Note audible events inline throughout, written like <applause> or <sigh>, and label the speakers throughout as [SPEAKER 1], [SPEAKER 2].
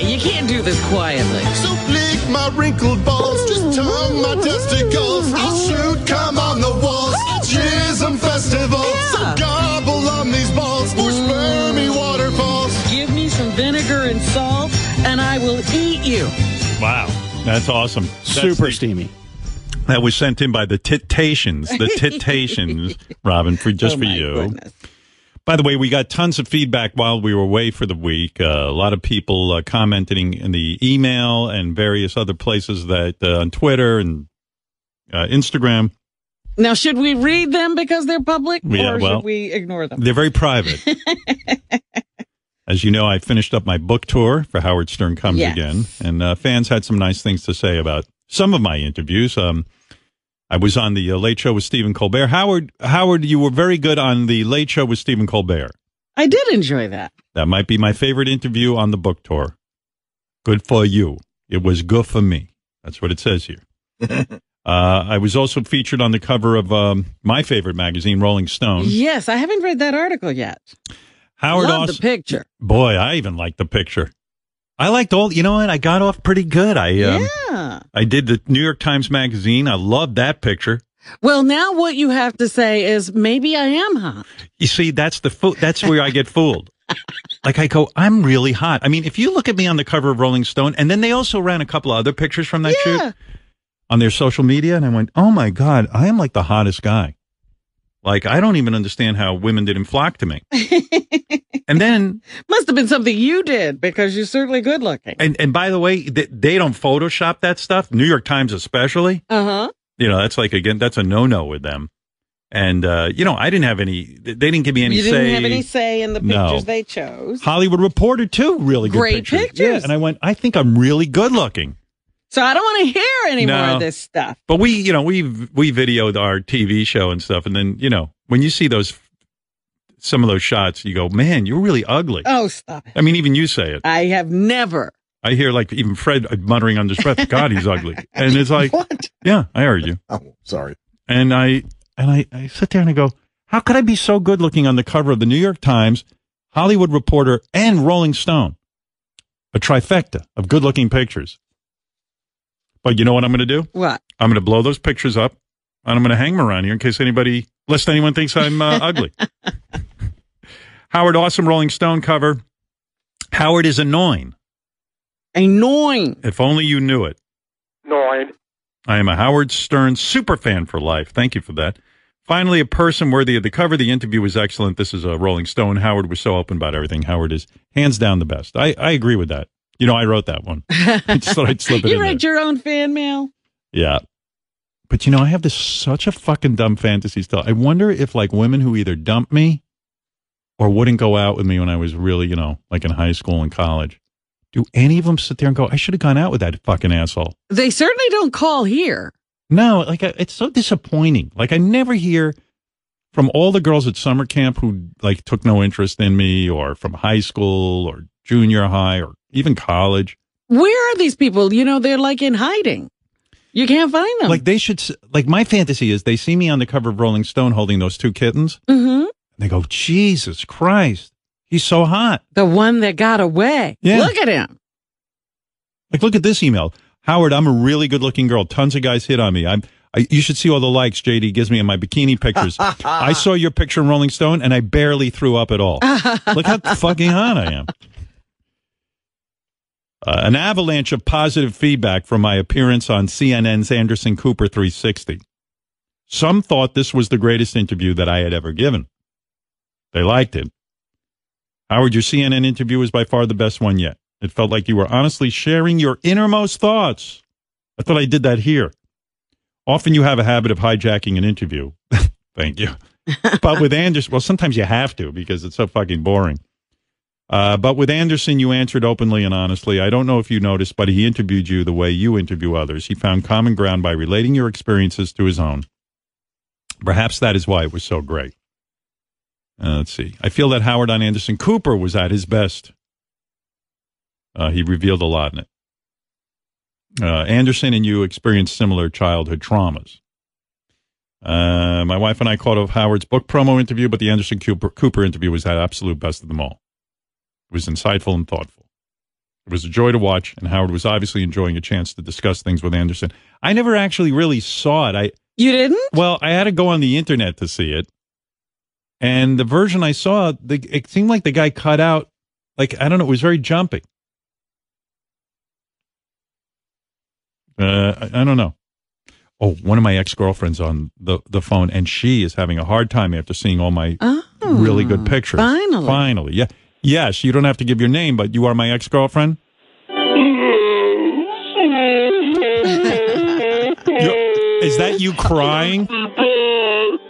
[SPEAKER 1] Oh, this quietly.
[SPEAKER 2] So bleak, my wrinkled balls. Just tongue my testicles. I'll shoot, come on the walls. Chism festival. So
[SPEAKER 1] Yeah.
[SPEAKER 2] gobble on these balls. Or spermy waterfalls.
[SPEAKER 1] Give me some vinegar and salt, and I will eat you.
[SPEAKER 3] Wow. That's awesome. That's
[SPEAKER 4] Super
[SPEAKER 3] the-
[SPEAKER 4] steamy.
[SPEAKER 3] That was sent in by the Titations. The Titations, Robin, for just
[SPEAKER 1] Oh,
[SPEAKER 3] for
[SPEAKER 1] my
[SPEAKER 3] you.
[SPEAKER 1] goodness.
[SPEAKER 3] By the way, we got tons of feedback while we were away for the week. Uh, a lot of people uh, commenting in the email and various other places that uh, on Twitter and uh, Instagram.
[SPEAKER 1] Now, should we read them because they're public,
[SPEAKER 3] Yeah,
[SPEAKER 1] or
[SPEAKER 3] well-
[SPEAKER 1] should we ignore them?
[SPEAKER 3] They're very
[SPEAKER 1] <laughs>
[SPEAKER 3] private. As you know, I finished up my book tour for Howard Stern Comes
[SPEAKER 1] Yes.
[SPEAKER 3] Again, and uh, fans had some nice things to say about some of my interviews. Um, I was on the uh, Late Show with Stephen Colbert. Howard, Howard, you were very good on the Late Show with Stephen Colbert.
[SPEAKER 1] I did enjoy that.
[SPEAKER 3] That might be my favorite interview on the book tour. Good for you. It was good for me. That's what it says
[SPEAKER 1] <laughs>
[SPEAKER 3] here. uh, I was also featured on the cover of um, my favorite magazine, Rolling Stone.
[SPEAKER 1] Yes, I haven't read that article yet.
[SPEAKER 3] Um, Howard
[SPEAKER 1] Love
[SPEAKER 3] also,
[SPEAKER 1] the picture.
[SPEAKER 3] boy, I even liked the picture. I liked all. You know what? I got off pretty good. I um,
[SPEAKER 1] yeah.
[SPEAKER 3] I did the New York Times magazine. I loved that picture.
[SPEAKER 1] Well, now what you have to say is maybe I am hot.
[SPEAKER 3] You see, that's the fo- that's where I
[SPEAKER 1] <laughs>
[SPEAKER 3] get fooled. Like I go, I'm really hot. I mean, if you look at me on the cover of Rolling Stone, and then they also ran a couple of other pictures from that shoot.
[SPEAKER 1] Yeah.
[SPEAKER 3] on their social media and I went, "Oh my god, I am like the hottest guy." Like I don't even understand how women didn't flock
[SPEAKER 1] <laughs>
[SPEAKER 3] to me. and then
[SPEAKER 1] Must have been something you did because you're certainly good looking.
[SPEAKER 3] and and by the way, they, they don't photoshop that stuff. New York Times especially.
[SPEAKER 1] Uh huh.
[SPEAKER 3] You know, that's like again that's a no-no with them. And uh, you know, I didn't have any they didn't give me any
[SPEAKER 1] You
[SPEAKER 3] say.
[SPEAKER 1] didn't have any say in the
[SPEAKER 3] No.
[SPEAKER 1] pictures they chose.
[SPEAKER 3] Hollywood Reporter too, really good
[SPEAKER 1] Great
[SPEAKER 3] pictures.
[SPEAKER 1] pictures.
[SPEAKER 3] And I went, "I think I'm really good looking."
[SPEAKER 1] So I don't want to hear any more
[SPEAKER 3] No.
[SPEAKER 1] of this stuff.
[SPEAKER 3] But we, you know, we we videoed our TV show and stuff, and then you know when you see those some of those shots, you go, "Man, you're really ugly."
[SPEAKER 1] Oh, stop it.
[SPEAKER 3] I mean, even you say it.
[SPEAKER 1] I have never.
[SPEAKER 3] I hear like even Fred muttering under his breath, "God, he's ugly," and it's like,
[SPEAKER 1] <laughs> What?
[SPEAKER 3] "Yeah, I heard you."
[SPEAKER 2] Oh, sorry.
[SPEAKER 3] And I and I, I sit there and I go, "How could I be so good looking on the cover of the New York Times, Hollywood Reporter, and Rolling Stone? A trifecta of good looking pictures." But you know what I'm going to do?
[SPEAKER 1] What?
[SPEAKER 3] I'm going to blow those pictures up, and I'm going to hang them around here in case anybody, lest anyone thinks I'm uh, ugly. Howard, awesome Rolling Stone cover. Howard is annoying.
[SPEAKER 1] Annoying.
[SPEAKER 3] If only you knew it.
[SPEAKER 5] Nine.
[SPEAKER 3] I am a Howard Stern superfan for life. Thank you for that. Finally, a person worthy of the cover. The interview was excellent. This is a Rolling Stone. Howard was so open about everything. Howard is hands down the best. I, I agree with that. You know, I wrote
[SPEAKER 1] <laughs>
[SPEAKER 3] that one. I just thought I'd slip it
[SPEAKER 1] you
[SPEAKER 3] in there.
[SPEAKER 1] read your own fan mail?
[SPEAKER 3] Yeah. But you know, I have this such a fucking dumb fantasy still. I wonder if like women who either dumped me or wouldn't go out with me when I was really, you know, like in high school and college, do any of them sit there and go, I should have gone out with that fucking asshole?
[SPEAKER 1] They certainly don't call here.
[SPEAKER 3] No, like I, it's so disappointing. Like I never hear from all the girls at summer camp who like took no interest in me or from high school or junior high or even college.
[SPEAKER 1] Where are these people? You know, they're like in hiding. You can't find them.
[SPEAKER 3] Like they should, s- like my fantasy is they see me on the cover of Rolling Stone holding those two kittens.
[SPEAKER 1] hmm
[SPEAKER 3] And they go, Jesus Christ, he's so hot.
[SPEAKER 1] the one that got away.
[SPEAKER 3] Yeah.
[SPEAKER 1] Look at him.
[SPEAKER 3] Like, look at this email. Howard, I'm a really good looking girl. Tons of guys hit on me. I'm, I, you should see all the likes JD gives me in my bikini pictures. I saw your picture in Rolling Stone and I barely threw up at all. look how fucking hot I am. Uh, an avalanche of positive feedback from my appearance on CNN's Anderson Cooper 360. Some thought this was the greatest interview that I had ever given. They liked it. Howard, your CNN interview was by far the best one yet. It felt like you were honestly sharing your innermost thoughts. I thought I did that here. Often you have a habit of hijacking an interview. <laughs> Thank you. but with Anderson, well, sometimes you have to because it's so fucking boring. Uh, but with Anderson, you answered openly and honestly. I don't know if you noticed, but he interviewed you the way you interview others. He found common ground by relating your experiences to his own. Perhaps that is why it was so great. Uh, let's see. I feel that Howard on Anderson Cooper was at his best. Uh, he revealed a lot in it. Uh, Anderson and you experienced similar childhood traumas. Uh, my wife and I caught up Howard's book promo interview, but the Anderson Cooper, Cooper interview was the absolute best of them all. It was insightful and thoughtful. It was a joy to watch, and Howard was obviously enjoying a chance to discuss things with Anderson. I never actually really saw it. I
[SPEAKER 1] You didn't?
[SPEAKER 3] well, I had to go on the internet to see it, and the version I saw, the, it seemed like the guy cut out. Like I don't know, it was very jumpy. Uh, I, I don't know. Oh, one of my ex girlfriends on the the phone, and she is having a hard time after seeing all my
[SPEAKER 1] Oh,
[SPEAKER 3] really good pictures.
[SPEAKER 1] Finally. <laughs>
[SPEAKER 3] Finally. Yeah. Yes, you don't have to give your name, but you are my ex girlfriend. Is that you crying?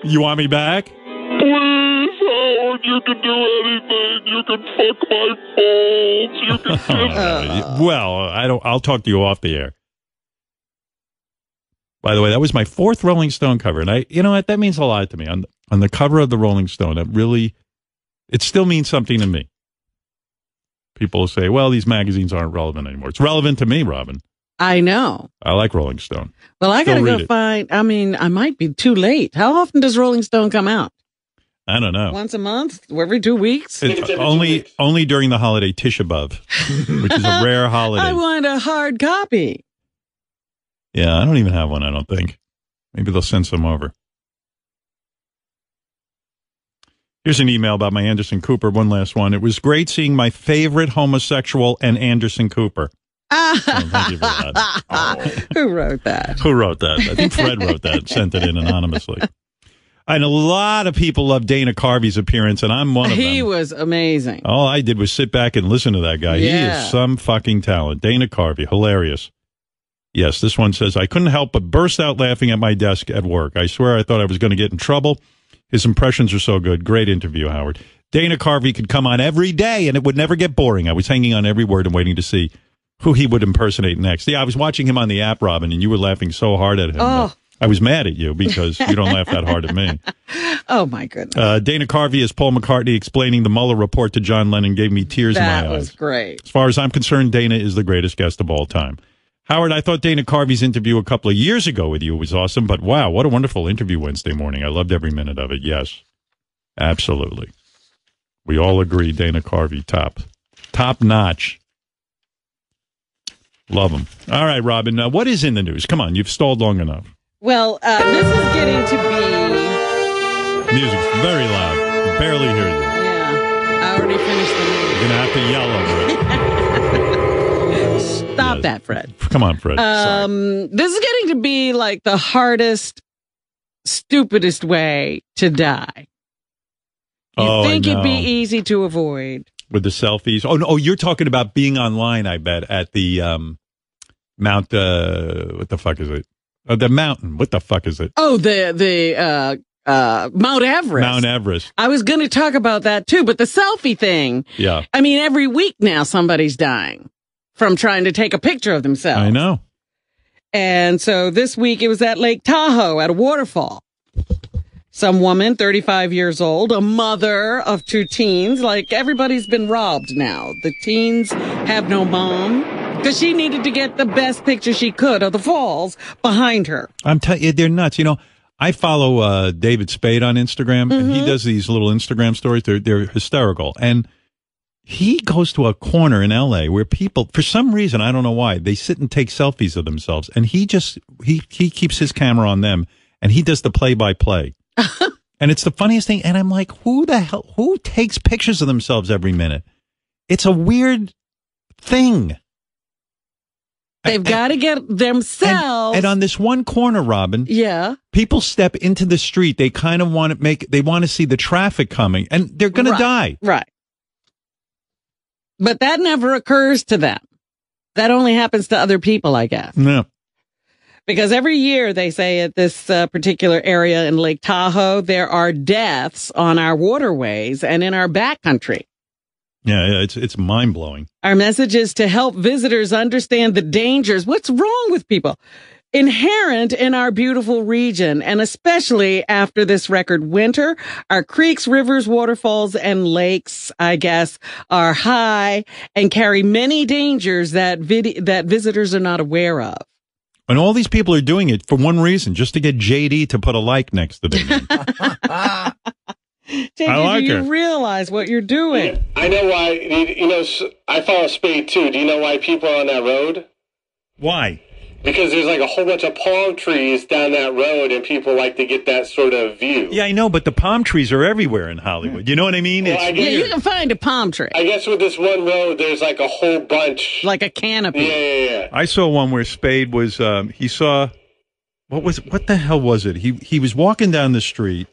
[SPEAKER 3] You want me back?
[SPEAKER 4] Please, Howard, you can do anything. You can fuck my balls. You can kiss
[SPEAKER 3] Uh, well, I don't. I'll talk to you off the air. By the way, that was my fourth Rolling Stone cover, and I, you know what, that means a lot to me. On on the cover of the Rolling Stone, it really, it still means something to me. People say, "Well, these magazines aren't relevant anymore." It's relevant to me, Robin.
[SPEAKER 1] I know.
[SPEAKER 3] I like Rolling Stone.
[SPEAKER 1] Well, I
[SPEAKER 3] Still
[SPEAKER 1] gotta
[SPEAKER 3] read
[SPEAKER 1] go
[SPEAKER 3] it.
[SPEAKER 1] find. I mean, I might be too late. How often does Rolling Stone come out?
[SPEAKER 3] I don't know.
[SPEAKER 1] Once a month? Every two weeks?
[SPEAKER 3] Oh. It's only only during the holiday Tisha B'av, which is a rare holiday.
[SPEAKER 1] I want a hard copy. <laughs>
[SPEAKER 3] Yeah, I don't even have one, I don't think. Maybe they'll send some over. Here's an email about my Anderson Cooper. One last one. It was great seeing my favorite homosexual and Anderson Cooper. Oh, thank you for that.
[SPEAKER 1] <laughs> Who wrote that?
[SPEAKER 3] Who wrote that? I think Fred wrote that, sent it in anonymously. And a lot of people love Dana Carvey's appearance, and I'm one of
[SPEAKER 1] He
[SPEAKER 3] them. Oh.
[SPEAKER 1] was amazing.
[SPEAKER 3] All I did was sit back and listen to that guy. He
[SPEAKER 1] Yeah.
[SPEAKER 3] is some fucking talent. Dana Carvey, hilarious. Yes, this one says, I couldn't help but burst out laughing at my desk at work. I swear I thought I was going to get in trouble. His impressions are so good. Great interview, Howard. Dana Carvey could come on every day and it would never get boring. I was hanging on every word and waiting to see who he would impersonate next. Yeah, I was watching him on the app, Robin, and you were laughing so hard at him.
[SPEAKER 1] Oh.
[SPEAKER 3] that I was mad at you because you don't laugh that hard at me.
[SPEAKER 1] Oh my goodness.
[SPEAKER 3] Uh, Dana Carvey as Paul McCartney explaining the Mueller report to John Lennon gave me tears in
[SPEAKER 1] that
[SPEAKER 3] my
[SPEAKER 1] was
[SPEAKER 3] eyes.
[SPEAKER 1] great.
[SPEAKER 3] As far as I'm concerned, Dana is the greatest guest of all time. Howard, I thought Dana Carvey's interview a couple of years ago with you was awesome, but wow, what a wonderful interview Wednesday morning. I loved every minute of it. Yes, absolutely. We all agree Dana Carvey top, top notch. Love him. All right, Robin, uh, what is in the news? Come on, you've stalled long enough.
[SPEAKER 1] Well, uh, this is getting to be.
[SPEAKER 3] Music's very loud. Barely hear you.
[SPEAKER 1] Yeah, I already finished the.
[SPEAKER 3] You're gonna have to yell over
[SPEAKER 1] news. Stop
[SPEAKER 3] Yes.
[SPEAKER 1] that, Fred.
[SPEAKER 3] it. Come on, Fred.
[SPEAKER 1] Um, this is getting to be like the hardest, stupidest way to die. You
[SPEAKER 3] Oh, I
[SPEAKER 1] think it'd be e-
[SPEAKER 3] know.
[SPEAKER 1] easy to avoid?
[SPEAKER 3] with the selfies. Oh no, oh, you're talking about being online. I bet at the um, Mount. Uh, what the fuck is it? Uh, the mountain. What the fuck is it?
[SPEAKER 1] Oh, the the uh uh Mount Everest.
[SPEAKER 3] Mount Everest.
[SPEAKER 1] I was going to talk about that too, but the selfie thing.
[SPEAKER 3] Yeah,
[SPEAKER 1] I mean, every week now somebody's dying from trying to take a picture of themselves.
[SPEAKER 3] I know.
[SPEAKER 1] And so this week it was at Lake Tahoe at a waterfall. Some woman, 35 years old, a mother of two teens, like everybody's been robbed now. The teens have no mom because she needed to get the best picture she could of the falls behind her.
[SPEAKER 3] I'm telling you, they're nuts. You know, I follow uh, David Spade on Instagram, and
[SPEAKER 1] Mm-hmm.
[SPEAKER 3] he does these little Instagram stories. They're they're hysterical, and he goes to a corner in L.A. where people, for some reason, I don't know why, they sit and take selfies of themselves, and he just he he keeps his camera on them, and he does the play
[SPEAKER 1] <laughs>
[SPEAKER 3] by play. And it's the funniest thing. And I'm like, who the hell, who takes pictures of themselves every minute? It's a weird thing.
[SPEAKER 1] They've got to get themselves.
[SPEAKER 3] And, and on this one corner, Robin,
[SPEAKER 1] yeah.
[SPEAKER 3] people step into the street they kind of want to make they want to see the traffic coming and they're going
[SPEAKER 1] Right,
[SPEAKER 3] to die
[SPEAKER 1] Right. But that never occurs to them. That only happens to other people, I guess.
[SPEAKER 3] no
[SPEAKER 1] because every year they say at this uh, particular area in Lake Tahoe, there are deaths on our waterways and in our backcountry.
[SPEAKER 3] yeah, yeah it's it's mind blowing
[SPEAKER 1] Our message is to help visitors understand the dangers. What's wrong with people? Inherent in our beautiful region, and especially after this record winter, our creeks, rivers, waterfalls, and lakes, I guess, are high and carry many dangers that vid- that visitors are not aware of.
[SPEAKER 3] and all these people are doing it for one reason just to get jd to put a like next to their name
[SPEAKER 1] JJ, do
[SPEAKER 3] like
[SPEAKER 1] you
[SPEAKER 3] her.
[SPEAKER 1] realize what you're doing?
[SPEAKER 5] <laughs> I know why. You know, s- I follow speed too. Do you know why people are on that road?
[SPEAKER 3] Why?
[SPEAKER 5] Because there's like a whole bunch of palm trees down that road, and people like to get that sort of view.
[SPEAKER 3] Yeah, I know, but the palm trees are everywhere in Hollywood. You know what I mean?
[SPEAKER 5] Well, I,
[SPEAKER 3] It's
[SPEAKER 1] Yeah, you
[SPEAKER 5] guess,
[SPEAKER 1] can find a palm tree,
[SPEAKER 5] I guess with this one road, there's like a whole bunch.
[SPEAKER 1] like a
[SPEAKER 5] yeah,
[SPEAKER 1] canopy.
[SPEAKER 5] yeah, yeah.
[SPEAKER 3] I saw one where Spade was. Um, he saw what was what the hell was it? He he was walking down the street,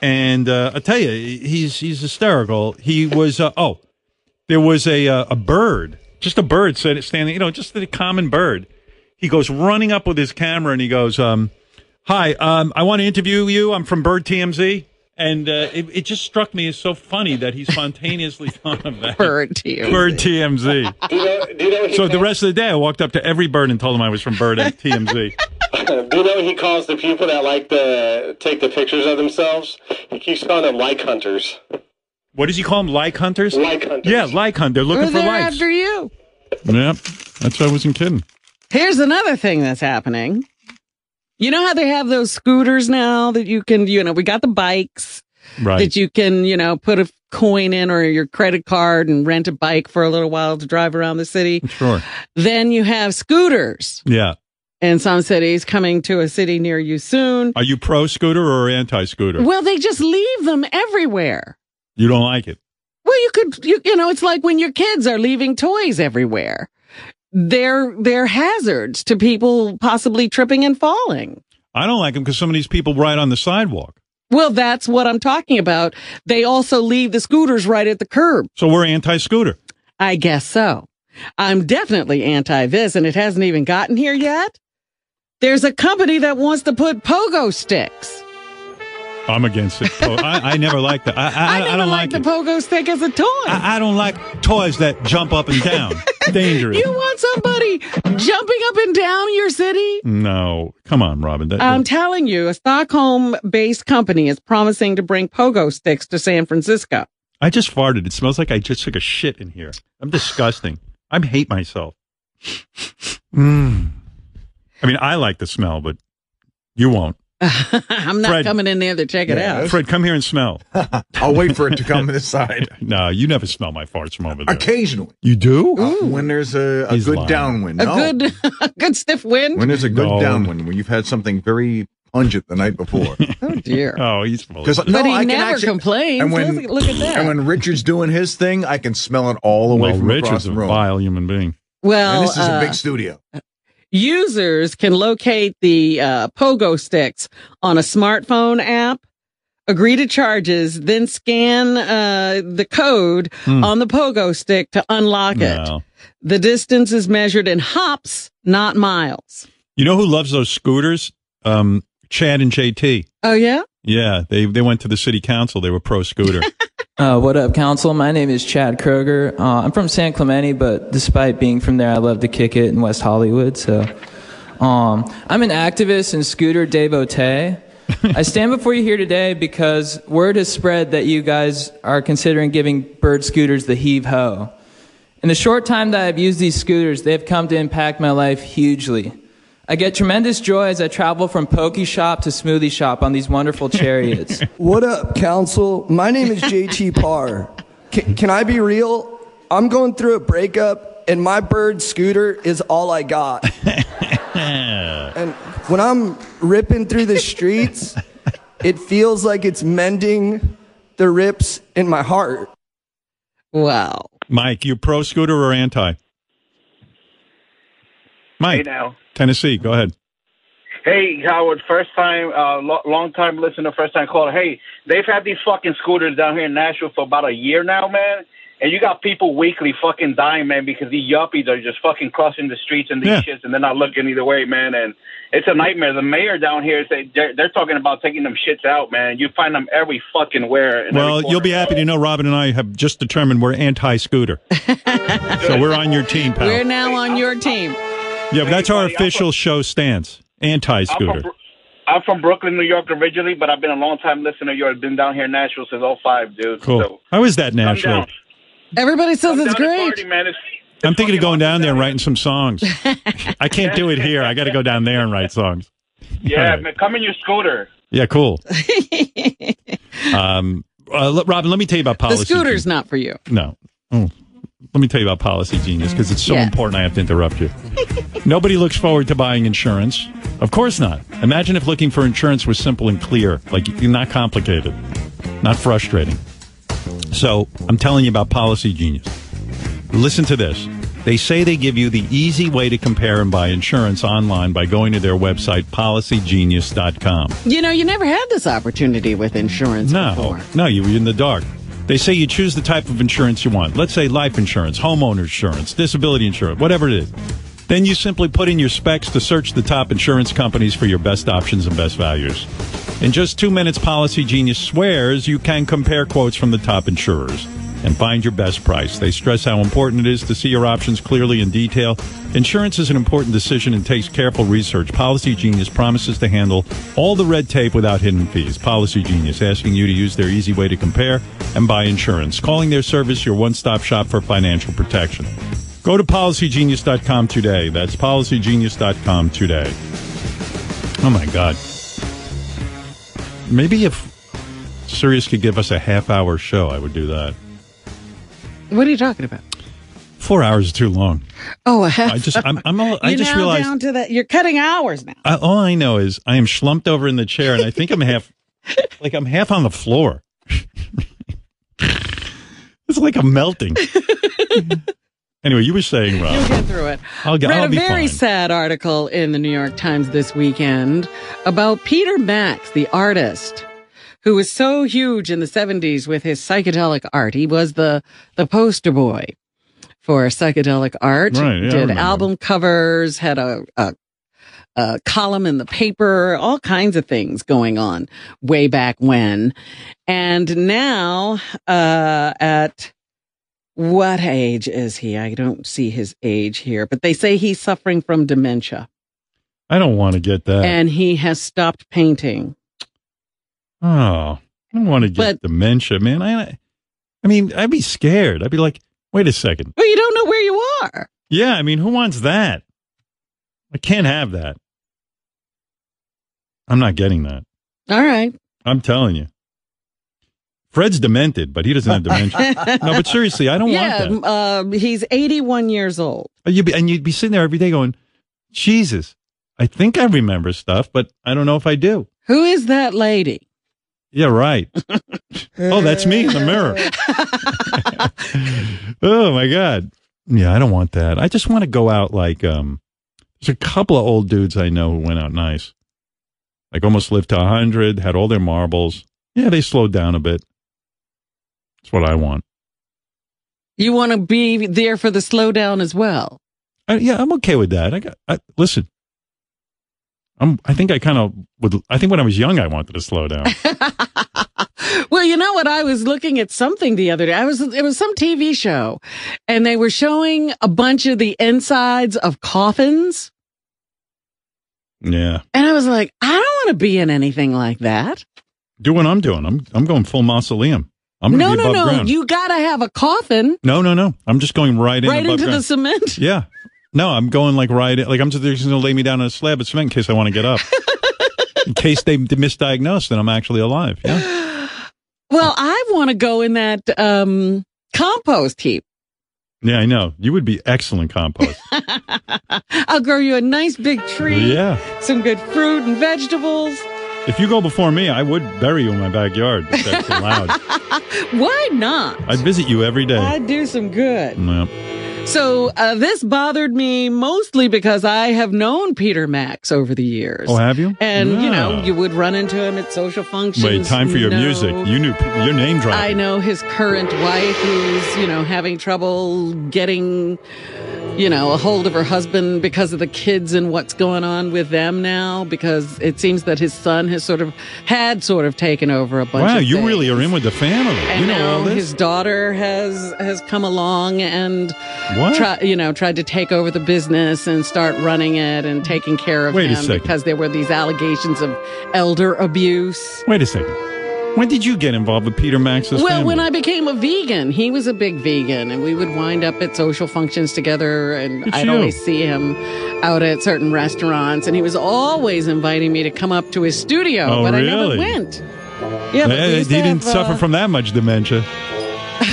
[SPEAKER 3] and uh, I tell you, he's he's hysterical. He was uh, oh, there was a uh, a bird, just a bird said standing, you know, just a common bird. He goes running up with his camera and he goes, um, "Hi, um, I want to interview you. I'm from Bird TMZ." And uh, it, it just struck me as so funny that he spontaneously <laughs> thought of that.
[SPEAKER 1] Bird to you.
[SPEAKER 3] Bird <laughs> TMZ.
[SPEAKER 5] Do you know? Do you know? What he
[SPEAKER 3] So the
[SPEAKER 5] calls,
[SPEAKER 3] rest of the day, I walked up to every bird and told them I was from Bird
[SPEAKER 1] <laughs>
[SPEAKER 3] at TMZ.
[SPEAKER 5] <laughs> do you know what he calls the people that like to take the pictures of themselves? He keeps calling them like hunters.
[SPEAKER 3] What does he call them? Like hunters?
[SPEAKER 5] Like hunters.
[SPEAKER 3] Yeah, like hunt. They're
[SPEAKER 1] Or
[SPEAKER 3] looking for
[SPEAKER 1] they're
[SPEAKER 3] likes.
[SPEAKER 1] after you.
[SPEAKER 3] Yep, that's why I wasn't kidding.
[SPEAKER 1] Here's another thing that's happening. You know how they have those scooters now that you can, you know, we got the bikes
[SPEAKER 3] Right.
[SPEAKER 1] that you can, you know, put a coin in or your credit card and rent a bike for a little while to drive around the city.
[SPEAKER 3] sure.
[SPEAKER 1] Then you have scooters
[SPEAKER 3] Yeah.
[SPEAKER 1] in some cities coming to a city near you soon.
[SPEAKER 3] Are you pro scooter or anti scooter?
[SPEAKER 1] Well, they just leave them everywhere.
[SPEAKER 3] You don't like it.
[SPEAKER 1] Well, you could, you, you know, it's like when your kids are leaving toys everywhere. They're, they're hazards to people possibly tripping and falling.
[SPEAKER 3] I don't like them because some of these people ride on the sidewalk.
[SPEAKER 1] Well, that's what I'm talking about. They also leave the scooters right at the curb.
[SPEAKER 3] So we're anti scooter.
[SPEAKER 1] I guess so. I'm definitely anti this and it hasn't even gotten here yet. There's a company that wants to put pogo sticks.
[SPEAKER 3] I'm
[SPEAKER 1] <laughs>
[SPEAKER 3] against it. Po- I, I never liked that. I, I,
[SPEAKER 1] I,
[SPEAKER 3] I,
[SPEAKER 1] never
[SPEAKER 3] don't like
[SPEAKER 1] liked
[SPEAKER 3] it.
[SPEAKER 1] the pogo stick as a toy.
[SPEAKER 3] I, I don't like toys that jump up and
[SPEAKER 1] <laughs>
[SPEAKER 3] down. Dangerous.
[SPEAKER 1] you want somebody jumping up and down your city?
[SPEAKER 3] no. Come on, Robin. That-
[SPEAKER 1] I'm telling you, a Stockholm based company is promising to bring pogo sticks to San Francisco. <laughs>
[SPEAKER 3] I just farted. It smells like I just took a shit in here. I'm disgusting. I hate myself. Mm. I mean, I like the smell, but you won't.
[SPEAKER 1] I'm not
[SPEAKER 3] Fred.
[SPEAKER 1] coming in there to check it out.
[SPEAKER 3] Fred, come here
[SPEAKER 6] <laughs>
[SPEAKER 3] and smell.
[SPEAKER 6] I'll wait for it to
[SPEAKER 2] <laughs>
[SPEAKER 6] come this side.
[SPEAKER 3] no, you never smell my farts from over there.
[SPEAKER 6] Occasionally,
[SPEAKER 3] You do?
[SPEAKER 6] Uh, when there's a, a
[SPEAKER 3] He's
[SPEAKER 6] good
[SPEAKER 3] lying.
[SPEAKER 6] downwind.
[SPEAKER 1] A
[SPEAKER 6] no.
[SPEAKER 1] good, <laughs> a good stiff wind.
[SPEAKER 6] when there's a good
[SPEAKER 3] No.
[SPEAKER 6] downwind, when you've had something very pungent the night before.
[SPEAKER 3] <laughs>
[SPEAKER 1] Oh dear.
[SPEAKER 3] Oh, he's full. of
[SPEAKER 6] Because
[SPEAKER 3] shit.
[SPEAKER 6] no,
[SPEAKER 1] but he
[SPEAKER 6] I can
[SPEAKER 1] never
[SPEAKER 6] actually-
[SPEAKER 1] complains.
[SPEAKER 6] and when-
[SPEAKER 1] look, look at that.
[SPEAKER 6] And when Richard's doing his thing, I can smell it all the way
[SPEAKER 3] well,
[SPEAKER 6] from
[SPEAKER 3] Richard's
[SPEAKER 6] across
[SPEAKER 3] a
[SPEAKER 6] the room.
[SPEAKER 3] vile human being.
[SPEAKER 1] well,
[SPEAKER 6] and this is
[SPEAKER 1] uh,
[SPEAKER 6] a big studio.
[SPEAKER 1] users can locate the uh, pogo sticks on a smartphone app, agree to charges, then scan uh, the code
[SPEAKER 3] Hmm.
[SPEAKER 1] on the pogo stick to unlock it.
[SPEAKER 3] No.
[SPEAKER 1] The distance is measured in hops, not miles.
[SPEAKER 3] You know who loves those scooters? Um, Chad and JT.
[SPEAKER 1] Oh yeah,
[SPEAKER 3] Yeah, they they went to the city council. They were
[SPEAKER 6] <laughs>
[SPEAKER 3] pro scooter.
[SPEAKER 7] Uh, what up, Council? My name is Chad Kroger. Uh, I'm from San Clemente, but despite being from there, I love to kick it in West Hollywood. So, um, I'm an activist and scooter devotee. I stand before you here today because word has spread that you guys are considering giving bird scooters the heave ho. In the short time that I've used these scooters, they have come to impact my life hugely. I get tremendous joy as I travel from pokey shop to smoothie shop on these wonderful chariots.
[SPEAKER 8] What up, council? My name is JT Parr. Can, can I be real? I'm going through a breakup, and my bird scooter is all I got. and when I'm ripping through the streets, it feels like it's mending the rips in my heart.
[SPEAKER 1] wow.
[SPEAKER 3] Mike, you pro scooter or anti?
[SPEAKER 9] Hey
[SPEAKER 3] Mike,
[SPEAKER 9] now.
[SPEAKER 3] Tennessee, go ahead.
[SPEAKER 9] Hey Howard, first time, uh, lo- long time listener, first time caller. Hey, they've had these fucking scooters down here in Nashville for about a year now, man. And you got people weekly fucking dying, man, because these yuppies are just fucking crossing the streets and these
[SPEAKER 3] Yeah.
[SPEAKER 9] shits, and they're not looking either way, man. And it's a nightmare. The mayor down here, is they- they're, they're talking about taking them shits out, man. You find them every fucking where. in every
[SPEAKER 3] Well,
[SPEAKER 9] corner.
[SPEAKER 3] you'll be happy to know Robin and I have just determined we're anti
[SPEAKER 9] <laughs>
[SPEAKER 3] scooter. so we're on your team, pal.
[SPEAKER 1] We're now on your team.
[SPEAKER 3] yeah, that's our
[SPEAKER 9] Hey, buddy, I'm
[SPEAKER 3] official show stance anti
[SPEAKER 9] I'm from,
[SPEAKER 3] scooter.
[SPEAKER 9] Bro- I'm from Brooklyn, New York originally, but I've been a long time listener. You've been down here in Nashville since '05, dude.
[SPEAKER 3] Cool.
[SPEAKER 9] So,
[SPEAKER 3] How is that,
[SPEAKER 9] come
[SPEAKER 3] Nashville?
[SPEAKER 9] down.
[SPEAKER 1] Everybody says
[SPEAKER 9] I'm
[SPEAKER 1] it's
[SPEAKER 9] down to
[SPEAKER 1] great.
[SPEAKER 9] party, man. It's- it's
[SPEAKER 3] I'm thinking of
[SPEAKER 9] fucking
[SPEAKER 3] going down
[SPEAKER 9] awesome
[SPEAKER 3] there and writing some
[SPEAKER 9] <laughs>
[SPEAKER 3] songs. I can't do it here. I got to go down there and write songs.
[SPEAKER 9] Yeah,
[SPEAKER 3] All right.
[SPEAKER 9] <laughs> man, come in your scooter.
[SPEAKER 3] Yeah, cool. Um, uh, le- Robin, let me tell you about
[SPEAKER 1] The
[SPEAKER 3] policy.
[SPEAKER 1] scooter's not for you.
[SPEAKER 3] No. Oh, let me tell you about Policy Genius because it's so
[SPEAKER 1] Yeah.
[SPEAKER 3] important I have to interrupt you. Nobody looks forward to buying insurance. Of course not. Imagine if looking for insurance was simple and clear, like not complicated, not frustrating. So I'm telling you about Policy Genius. Listen to this. They say they give you the easy way to compare and buy insurance online by going to their website, policygenius.com.
[SPEAKER 1] You know, you never had this opportunity with insurance
[SPEAKER 3] No,
[SPEAKER 1] before.
[SPEAKER 3] no, you were in the dark. They say you choose the type of insurance you want. Let's say life insurance, homeowner insurance, disability insurance, whatever it is. Then you simply put in your specs to search the top insurance companies for your best options and best values. In just two minutes, Policy Genius swears you can compare quotes from the top insurers and find your best price. They stress how important it is to see your options clearly in detail. Insurance is an important decision and takes careful research. Policy Genius promises to handle all the red tape without hidden fees. Policy Genius asking you to use their easy way to compare and buy insurance, calling their service your one stop shop for financial protection. Go to policygenius.com today. That's policygenius.com today. Oh my God. Maybe if Sirius could give us a half hour show, I would do that.
[SPEAKER 1] What are you talking about?
[SPEAKER 3] Four hours is too long.
[SPEAKER 1] Oh, a half.
[SPEAKER 3] I just, I'm, I'm all,
[SPEAKER 1] <laughs>
[SPEAKER 3] I
[SPEAKER 1] You're
[SPEAKER 3] just
[SPEAKER 1] now
[SPEAKER 3] realized.
[SPEAKER 1] down to that. You're cutting hours now.
[SPEAKER 3] I, all I know is I am slumped over in the chair, and I think
[SPEAKER 1] <laughs>
[SPEAKER 3] I'm half, like I'm half on the floor. <laughs> it's like
[SPEAKER 1] <laughs>
[SPEAKER 3] I'm melting. anyway, you were saying, Rob.
[SPEAKER 1] You'll get through it.
[SPEAKER 3] I'll get-
[SPEAKER 1] Read
[SPEAKER 3] I'll
[SPEAKER 1] a
[SPEAKER 3] be
[SPEAKER 1] very
[SPEAKER 3] fine.
[SPEAKER 1] sad article in the New York Times this weekend about Peter Max, the artist, who was so huge in the 70s with his psychedelic art. He was the, the poster boy for psychedelic art.
[SPEAKER 3] Right, yeah, I
[SPEAKER 1] Did
[SPEAKER 3] remember.
[SPEAKER 1] album covers, had a, a a column in the paper, all kinds of things going on way back when. And now, uh, at what age is he? I don't see his age here, but they say he's suffering from dementia
[SPEAKER 3] I don't want to get that.
[SPEAKER 1] and he has stopped painting.
[SPEAKER 3] oh, I don't want to get
[SPEAKER 1] But-
[SPEAKER 3] dementia, man. I, I mean, I'd be scared. I'd be like, wait a second.
[SPEAKER 1] Well, you don't know where you are.
[SPEAKER 3] Yeah, I mean, who wants that? I can't have that. I'm not getting that.
[SPEAKER 1] All right.
[SPEAKER 3] I'm telling you. Fred's demented, but he doesn't have dementia. no, but seriously, I don't
[SPEAKER 1] yeah.
[SPEAKER 3] want that.
[SPEAKER 1] Um, he's 81 years old.
[SPEAKER 3] Uh, You'd be, and you'd be sitting there every day going, Jesus, I think I remember stuff, but I don't know if I do.
[SPEAKER 1] Who is that lady?
[SPEAKER 3] Yeah, right. oh, that's me in
[SPEAKER 1] <laughs>
[SPEAKER 3] the mirror. oh my God. Yeah, I don't want that. I just want to go out like um there's a couple of old dudes I know who went out nice. Like almost lived to hundred, had all their marbles. Yeah, they slowed down a bit. That's what I want.
[SPEAKER 1] You want to be there for the slowdown as well.
[SPEAKER 3] I, yeah, I'm okay with that. I got I, listen. I'm. I think I kind of would. I think when I was young, I wanted to slow
[SPEAKER 1] <laughs>
[SPEAKER 3] down.
[SPEAKER 1] Well, you know what? I was looking at something the other day. I was, it was some TV show and they were showing a bunch of the insides of coffins.
[SPEAKER 3] yeah,
[SPEAKER 1] And I was like, I don't want to be in anything like that.
[SPEAKER 3] do what I'm doing. I'm. I'm going full mausoleum. I'm gonna
[SPEAKER 1] no,
[SPEAKER 3] be
[SPEAKER 1] no,
[SPEAKER 3] above
[SPEAKER 1] no.
[SPEAKER 3] ground.
[SPEAKER 1] You got to have a coffin
[SPEAKER 3] no, no, no. I'm just going right in
[SPEAKER 1] right
[SPEAKER 3] above
[SPEAKER 1] into the
[SPEAKER 3] ground.
[SPEAKER 1] cement.
[SPEAKER 3] yeah. No, I'm going like right. In, like I'm just they're just gonna lay me down on a slab of cement in case I want to
[SPEAKER 1] <laughs>
[SPEAKER 3] get up. in case they misdiagnose that I'm actually alive. Yeah.
[SPEAKER 1] Well, I want to go in that um, compost heap.
[SPEAKER 3] Yeah, I know. You would be
[SPEAKER 1] <laughs>
[SPEAKER 3] excellent compost.
[SPEAKER 1] I'll grow you a nice big tree,
[SPEAKER 3] yeah.
[SPEAKER 1] some good fruit and vegetables.
[SPEAKER 3] If you go before me, I would bury you in my backyard.
[SPEAKER 1] <laughs>
[SPEAKER 3] If that's allowed.
[SPEAKER 1] Why not?
[SPEAKER 3] I'd visit you every day.
[SPEAKER 1] I'd do some good.
[SPEAKER 3] Yeah.
[SPEAKER 1] So uh, this bothered me mostly because I have known Peter Max over the years.
[SPEAKER 3] Oh, have you?
[SPEAKER 1] and you know,
[SPEAKER 3] Yeah.
[SPEAKER 1] you would run into him at social functions.
[SPEAKER 3] Wait, time for your
[SPEAKER 1] know-
[SPEAKER 3] music. You knew your name dropped.
[SPEAKER 1] I know his current wife who's, you know, having trouble getting, you know, a hold of her husband because of the kids and what's going on with them now, because it seems that his son has sort of had sort of taken over a bunch
[SPEAKER 3] Wow,
[SPEAKER 1] of
[SPEAKER 3] you
[SPEAKER 1] things.
[SPEAKER 3] really are in with the family.
[SPEAKER 1] and
[SPEAKER 3] you know
[SPEAKER 1] now
[SPEAKER 3] all
[SPEAKER 1] his
[SPEAKER 3] this.
[SPEAKER 1] daughter has has come along and
[SPEAKER 3] What?
[SPEAKER 1] try, you know tried to take over the business and start running it and taking care of
[SPEAKER 3] Wait a
[SPEAKER 1] him
[SPEAKER 3] second.
[SPEAKER 1] because there were these allegations of elder abuse.
[SPEAKER 3] Wait a second. When did you get involved with Peter Max's
[SPEAKER 1] Well,
[SPEAKER 3] family?
[SPEAKER 1] when I became a vegan, he was a big vegan, and we would wind up at social functions together. And
[SPEAKER 3] Good
[SPEAKER 1] I'd
[SPEAKER 3] you.
[SPEAKER 1] always see him out at certain restaurants, and he was always inviting me to come up to his studio,
[SPEAKER 3] Oh,
[SPEAKER 1] but I
[SPEAKER 3] really?
[SPEAKER 1] never went. Yeah, but
[SPEAKER 3] Eh,
[SPEAKER 1] we
[SPEAKER 3] he
[SPEAKER 1] used to
[SPEAKER 3] didn't
[SPEAKER 1] have,
[SPEAKER 3] suffer
[SPEAKER 1] uh,
[SPEAKER 3] from that
[SPEAKER 1] <laughs>
[SPEAKER 3] much dementia.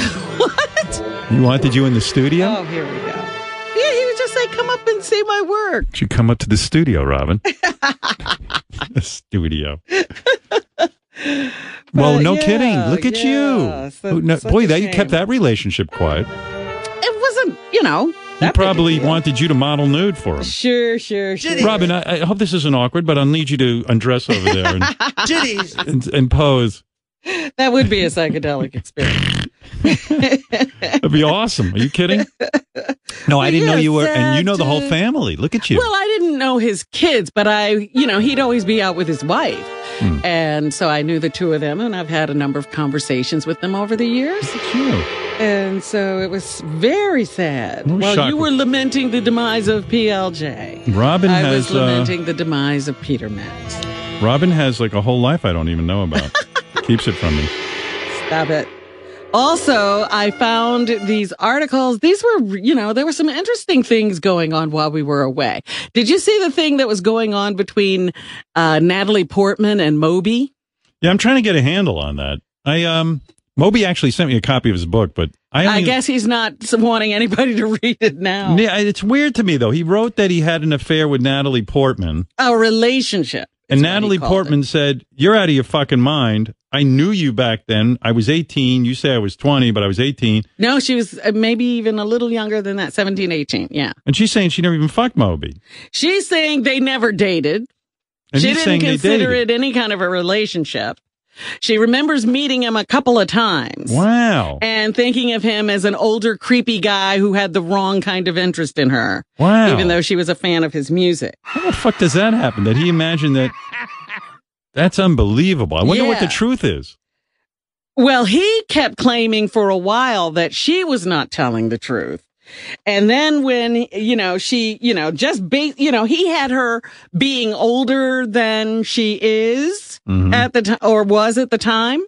[SPEAKER 3] what? He wanted you in the studio?
[SPEAKER 1] Oh, here we go. Yeah, he would just say, "Come up and see my work."
[SPEAKER 3] Should come up to the studio, Robin. <laughs>
[SPEAKER 1] <laughs>
[SPEAKER 3] the studio. well,
[SPEAKER 1] But
[SPEAKER 3] no
[SPEAKER 1] yeah,
[SPEAKER 3] kidding. Look at
[SPEAKER 1] yeah,
[SPEAKER 3] you.
[SPEAKER 1] so-
[SPEAKER 3] Oh, no-
[SPEAKER 1] such
[SPEAKER 3] boy,
[SPEAKER 1] a
[SPEAKER 3] that you
[SPEAKER 1] shame.
[SPEAKER 3] kept that relationship quiet.
[SPEAKER 1] It wasn't, you know.
[SPEAKER 3] He
[SPEAKER 1] That big a
[SPEAKER 3] probably
[SPEAKER 1] deal.
[SPEAKER 3] wanted you to model nude for him.
[SPEAKER 1] Sure, sure, sure.
[SPEAKER 3] Robin, I, I hope this isn't awkward, but I'll need you to undress over there
[SPEAKER 1] <laughs>
[SPEAKER 3] and,
[SPEAKER 10] Jitties.
[SPEAKER 3] and, and pose.
[SPEAKER 1] That would be a psychedelic experience.
[SPEAKER 3] That'd be awesome. Are
[SPEAKER 1] <laughs>
[SPEAKER 3] you kidding? No, I didn't know
[SPEAKER 1] yeah,
[SPEAKER 3] you were. And you know the whole
[SPEAKER 1] Santa.
[SPEAKER 3] family. Look at you.
[SPEAKER 1] <laughs> Well, I didn't know his kids, but I, you know, he'd always be out with his wife.
[SPEAKER 3] Hmm.
[SPEAKER 1] And so I knew the two of them, and I've had a number of conversations with them over the years.
[SPEAKER 3] Look at you.
[SPEAKER 1] And so it was very sad.
[SPEAKER 3] Well,
[SPEAKER 1] Well,
[SPEAKER 3] shock-
[SPEAKER 1] you were lamenting the demise of PLJ.
[SPEAKER 3] Robin
[SPEAKER 1] I
[SPEAKER 3] has
[SPEAKER 1] was lamenting the demise of Peter Max.
[SPEAKER 3] uh, Robin has like a whole life I don't even know about. Keeps it from me.
[SPEAKER 1] Stop it. Also, I found these articles. These were, you know, there were some interesting things going on while we were away. Did you see the thing that was going on between uh, Natalie Portman and Moby?
[SPEAKER 3] Yeah, I'm trying to get a handle on that. I um Moby actually sent me a copy of his book, but I
[SPEAKER 1] I
[SPEAKER 3] only,
[SPEAKER 1] guess he's not <laughs> wanting anybody to read it now.
[SPEAKER 3] yeah, it's weird to me though. He wrote that he had an affair with Natalie Portman,
[SPEAKER 1] A relationship.
[SPEAKER 3] and
[SPEAKER 1] is what he
[SPEAKER 3] Natalie
[SPEAKER 1] called
[SPEAKER 3] Portman said, "You're out of your fucking mind. I knew you back then. I was 18. You say I was 20, but I was 18."
[SPEAKER 1] it. No, she was uh, maybe even a little younger than that, 17, 18. Yeah.
[SPEAKER 3] And she's saying she never even fucked Moby.
[SPEAKER 1] She's saying they never dated.
[SPEAKER 3] And
[SPEAKER 1] she
[SPEAKER 3] he's
[SPEAKER 1] didn't
[SPEAKER 3] saying they
[SPEAKER 1] consider
[SPEAKER 3] dated.
[SPEAKER 1] it any kind of a relationship. She remembers meeting him a couple of times.
[SPEAKER 3] Wow.
[SPEAKER 1] and thinking of him as an older, creepy guy who had the wrong kind of interest in her,
[SPEAKER 3] Wow.
[SPEAKER 1] even though she was a fan of his music.
[SPEAKER 3] How the fuck does that happen? That he
[SPEAKER 1] <laughs>
[SPEAKER 3] imagined that. That's unbelievable. I wonder what the
[SPEAKER 1] Yeah.
[SPEAKER 3] truth is.
[SPEAKER 1] Well, he kept claiming for a while that she was not telling the truth. And then when, you know, she, you know, just be, you know, he had her being older than she is at the time or was at the time.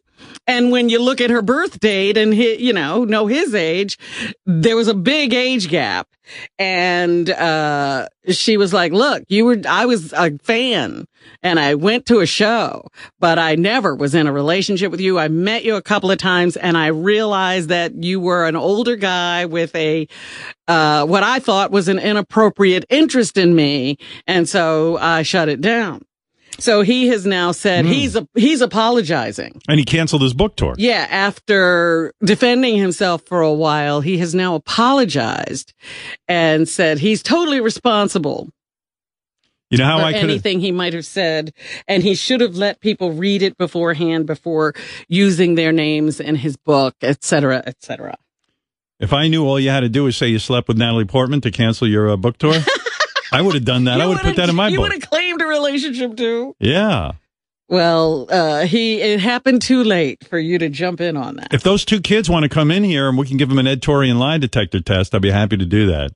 [SPEAKER 1] And when you look at her birth date and hi you know, know his age, there was a big age gap. And, uh, she was like, look, you were, I was a fan and I went to a show, but I never was in a relationship with you. I met you a couple of times and I realized that you were an older guy with a, uh, what I thought was an inappropriate interest in me. And so I shut it down. So he has now said he's, he's apologizing.
[SPEAKER 3] And he canceled his book tour.
[SPEAKER 1] Yeah, after defending himself for a while, he has now apologized and said he's totally responsible
[SPEAKER 3] You know how
[SPEAKER 1] for
[SPEAKER 3] Oh, I could have.
[SPEAKER 1] anything he might have said, and he should have let people read it beforehand before using their names in his book, et cetera, et cetera.
[SPEAKER 3] If I knew all you had to do was say you slept with Natalie Portman to cancel your uh,
[SPEAKER 1] <laughs>
[SPEAKER 3] book tour, I would have done that. I
[SPEAKER 1] You
[SPEAKER 3] would have put
[SPEAKER 1] would've-
[SPEAKER 3] that in my
[SPEAKER 1] You
[SPEAKER 3] book.
[SPEAKER 1] would have claimed a relationship too.
[SPEAKER 3] Yeah.
[SPEAKER 1] Well, uh, he it happened too late for you to jump in on that.
[SPEAKER 3] If those two kids want to come in here and we can give them an Ed Torrey and lie detector test, I'd be happy to do that.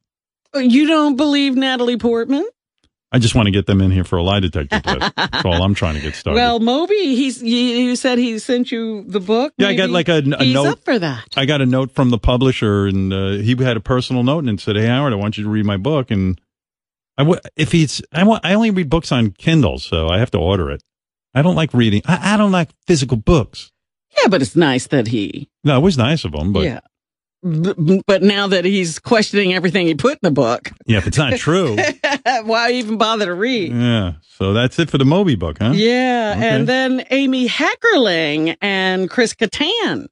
[SPEAKER 1] You don't believe Natalie Portman?
[SPEAKER 3] I just want to get them in here for a lie detector test. That's all I'm trying to get started.
[SPEAKER 1] Well, Moby, he's you, you said he sent you the book.
[SPEAKER 3] Yeah, I got
[SPEAKER 1] Maybe
[SPEAKER 3] like a- a
[SPEAKER 1] he's
[SPEAKER 3] note.
[SPEAKER 1] up for that.
[SPEAKER 3] I got a note from the publisher, and uh, he had a personal note and it said, "Hey Howard, I want you to read my book." And I would if he's I want I only read books on Kindle, so I have to order it. I don't like reading. I, I don't like physical books.
[SPEAKER 1] Yeah, but it's nice that he.
[SPEAKER 3] No, it was nice of him, but
[SPEAKER 1] yeah. B- but now that he's questioning everything he put in the book,
[SPEAKER 3] yeah if it's
[SPEAKER 1] <laughs>
[SPEAKER 3] not true.
[SPEAKER 1] why even bother to read?
[SPEAKER 3] Yeah. So that's it for the Moby book, huh?
[SPEAKER 1] Yeah,
[SPEAKER 3] Mm-hmm. Okay.
[SPEAKER 1] and then Amy Heckerling and Chris Kattan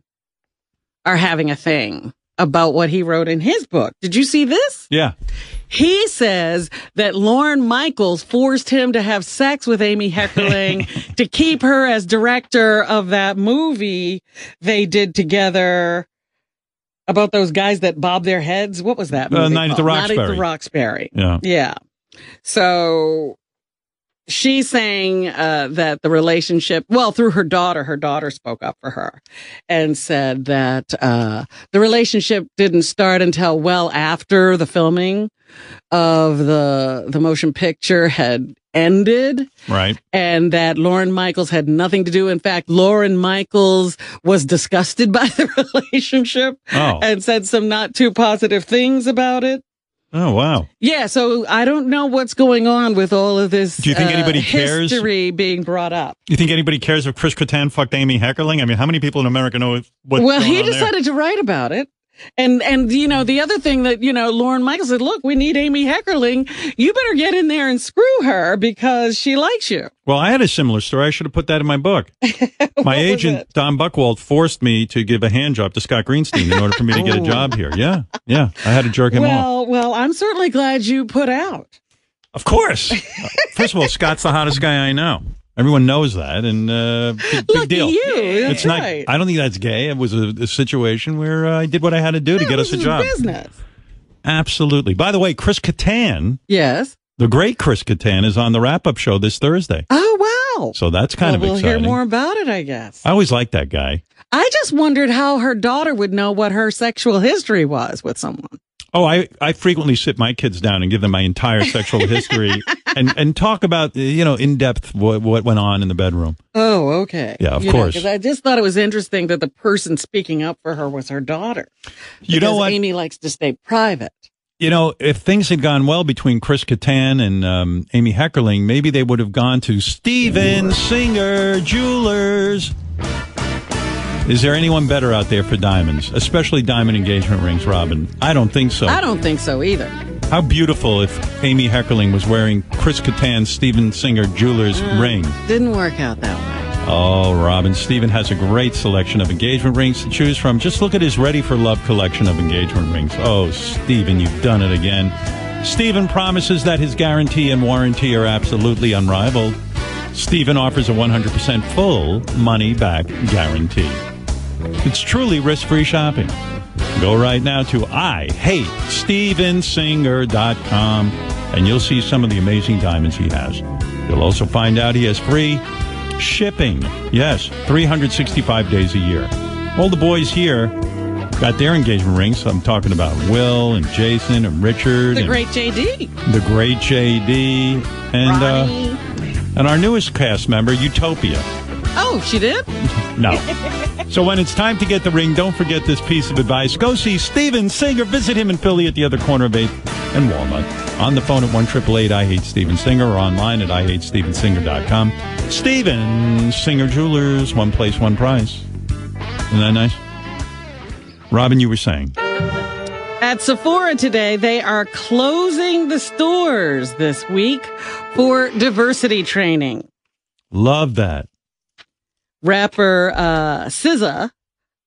[SPEAKER 1] are having a thing about what he wrote in his book. Did you see this?
[SPEAKER 3] Yeah.
[SPEAKER 1] He says that Lauren Michaels forced him to have sex with Amy Heckerling
[SPEAKER 3] <laughs>
[SPEAKER 1] to keep her as director of that movie they did together about those guys that bob their heads. What was that?
[SPEAKER 3] Uh,
[SPEAKER 1] movie
[SPEAKER 3] Night at the
[SPEAKER 1] called? Night at
[SPEAKER 3] Roxbury.
[SPEAKER 1] the Roxbury.
[SPEAKER 3] Yeah.
[SPEAKER 1] Yeah. So she's saying uh, that the relationship, well, through her daughter, her daughter spoke up for her and said that uh, the relationship didn't start until well after the filming of the the motion picture had ended
[SPEAKER 3] Right.
[SPEAKER 1] and that Lauren Michaels had nothing to do. In fact, Lauren Michaels was <laughs> disgusted by the relationship
[SPEAKER 3] Oh.
[SPEAKER 1] and said some not too positive things about it.
[SPEAKER 3] Oh wow!
[SPEAKER 1] Yeah, so I don't know what's going on with all of this. uh,
[SPEAKER 3] Do you think anybody cares?
[SPEAKER 1] History being brought up.
[SPEAKER 3] You think anybody cares if Chris Kattan fucked Amy Heckerling? I mean, how many people in America know what?
[SPEAKER 1] well, he decided to write about it. And and you know the other thing that you know Lauren Michael said, look, we need Amy Heckerling. You better get in there and screw her because she likes you.
[SPEAKER 3] Well, I had a similar story. I should have put that in
[SPEAKER 1] <laughs>
[SPEAKER 3] my book. my agent Don Buckwald forced me to give a hand job to Scott Greenstein in order for me to
[SPEAKER 1] <laughs>
[SPEAKER 3] get a job here. Yeah, yeah. I had to jerk him off.
[SPEAKER 1] Oh. Well, well, I'm certainly glad you put out.
[SPEAKER 3] Of course. Uh, First of all, Scott's the hottest guy I know. Everyone knows that, and uh, big, big
[SPEAKER 1] Look
[SPEAKER 3] deal.
[SPEAKER 1] at you. That's
[SPEAKER 3] it's not.
[SPEAKER 1] right.
[SPEAKER 3] I don't think that's gay. It was a, a situation where uh, I did what I had to do to get us a
[SPEAKER 1] This is
[SPEAKER 3] job.
[SPEAKER 1] Business.
[SPEAKER 3] Absolutely. By the way, Chris Kattan,
[SPEAKER 1] Yes.
[SPEAKER 3] the great Chris Kattan, is on the wrap-up show this Thursday.
[SPEAKER 1] Oh wow.
[SPEAKER 3] So that's kind
[SPEAKER 1] Well,
[SPEAKER 3] of
[SPEAKER 1] we'll
[SPEAKER 3] exciting.
[SPEAKER 1] hear more about it, I guess.
[SPEAKER 3] I always liked that guy.
[SPEAKER 1] I just wondered how her daughter would know what her sexual history was with someone.
[SPEAKER 3] Oh, I, I frequently sit my kids down and give them my
[SPEAKER 1] <laughs>
[SPEAKER 3] entire sexual history and, and talk about, uh, you know, in depth what, what went on in the bedroom.
[SPEAKER 1] Oh, okay.
[SPEAKER 3] Yeah, of
[SPEAKER 1] You know,
[SPEAKER 3] course.
[SPEAKER 1] 'cause I just thought it was interesting that the person speaking up for her was her daughter.
[SPEAKER 3] You know
[SPEAKER 1] Because
[SPEAKER 3] what?
[SPEAKER 1] Amy likes to stay private.
[SPEAKER 3] You know, if things had gone well between Chris Kattan and um, Amy Heckerling, maybe they would have gone to Steven Singer Jewelers. Is there anyone better out there for diamonds, especially diamond engagement rings, Robin? I don't think so.
[SPEAKER 1] I don't think so either.
[SPEAKER 3] How beautiful if Amy Heckerling was wearing Chris Kattan's Steven Singer Jewelers
[SPEAKER 1] Mm.
[SPEAKER 3] ring.
[SPEAKER 1] Didn't work out that way.
[SPEAKER 3] Oh, Robin, Steven has a great selection of engagement rings to choose from. Just look at his Ready for Love collection of engagement rings. Oh, Steven, you've done it again. Steven promises that his guarantee and warranty are absolutely unrivaled. Steven offers a 100% full money back guarantee. It's truly risk free shopping. Go right now to IHateStevenSinger.com and you'll see some of the amazing diamonds he has. You'll also find out he has free shipping. Yes, 365 days a year. All the boys here got their engagement rings. I'm talking about Will and Jason and Richard
[SPEAKER 1] The
[SPEAKER 3] and
[SPEAKER 1] great JD.
[SPEAKER 3] the great JD and uh,
[SPEAKER 1] Ronnie.
[SPEAKER 3] and our newest cast member, Utopia.
[SPEAKER 1] oh, she did?
[SPEAKER 3] No. so when it's time to get the ring, don't forget this piece of advice. Go see Steven Singer. Visit him in Philly at the other corner of 8th and Walnut. On the phone at 1 888 I Hate Steven Singer or online at IHateStevenSinger.com. Steven Singer Jewelers, one place, one price. Isn't that nice? Robin, you were saying.
[SPEAKER 1] At Sephora today, they are closing the stores this week for diversity training.
[SPEAKER 3] Love that.
[SPEAKER 1] rapper uh, SZA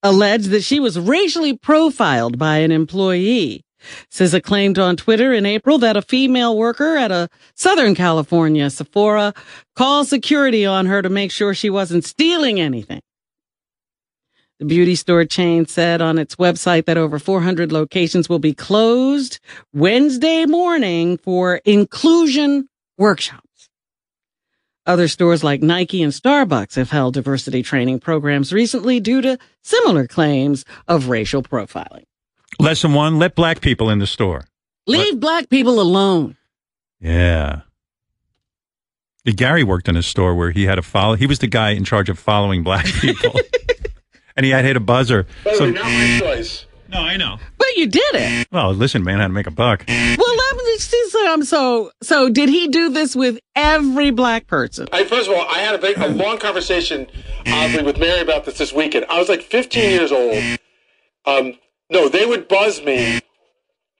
[SPEAKER 1] alleged that she was racially profiled by an employee. SZA claimed on Twitter in April that a female worker at a Southern California Sephora called security on her to make sure she wasn't stealing anything. The beauty store chain said on its website that over 400 locations will be closed Wednesday morning for inclusion workshops. Other stores like Nike and Starbucks have held diversity training programs recently due to similar claims of racial profiling.
[SPEAKER 3] Lesson one let black people in the store.
[SPEAKER 1] Leave black people alone.
[SPEAKER 3] Yeah. Gary worked in a store where he had a follow. He was the guy in charge of
[SPEAKER 1] <laughs>
[SPEAKER 3] following black people, and he had hit a buzzer.
[SPEAKER 5] By the
[SPEAKER 3] So-
[SPEAKER 5] way, not my choice.
[SPEAKER 3] no, I know.
[SPEAKER 1] But you did it.
[SPEAKER 3] Well, listen, man, how to make
[SPEAKER 1] <laughs>
[SPEAKER 3] a buck?
[SPEAKER 1] Well, let me see some. So, so did he do this with every black person?
[SPEAKER 5] I, first of all, I had a, big, a long conversation, oddly, with Mary about this this weekend. I was like 15 years old. Um, no, they would buzz me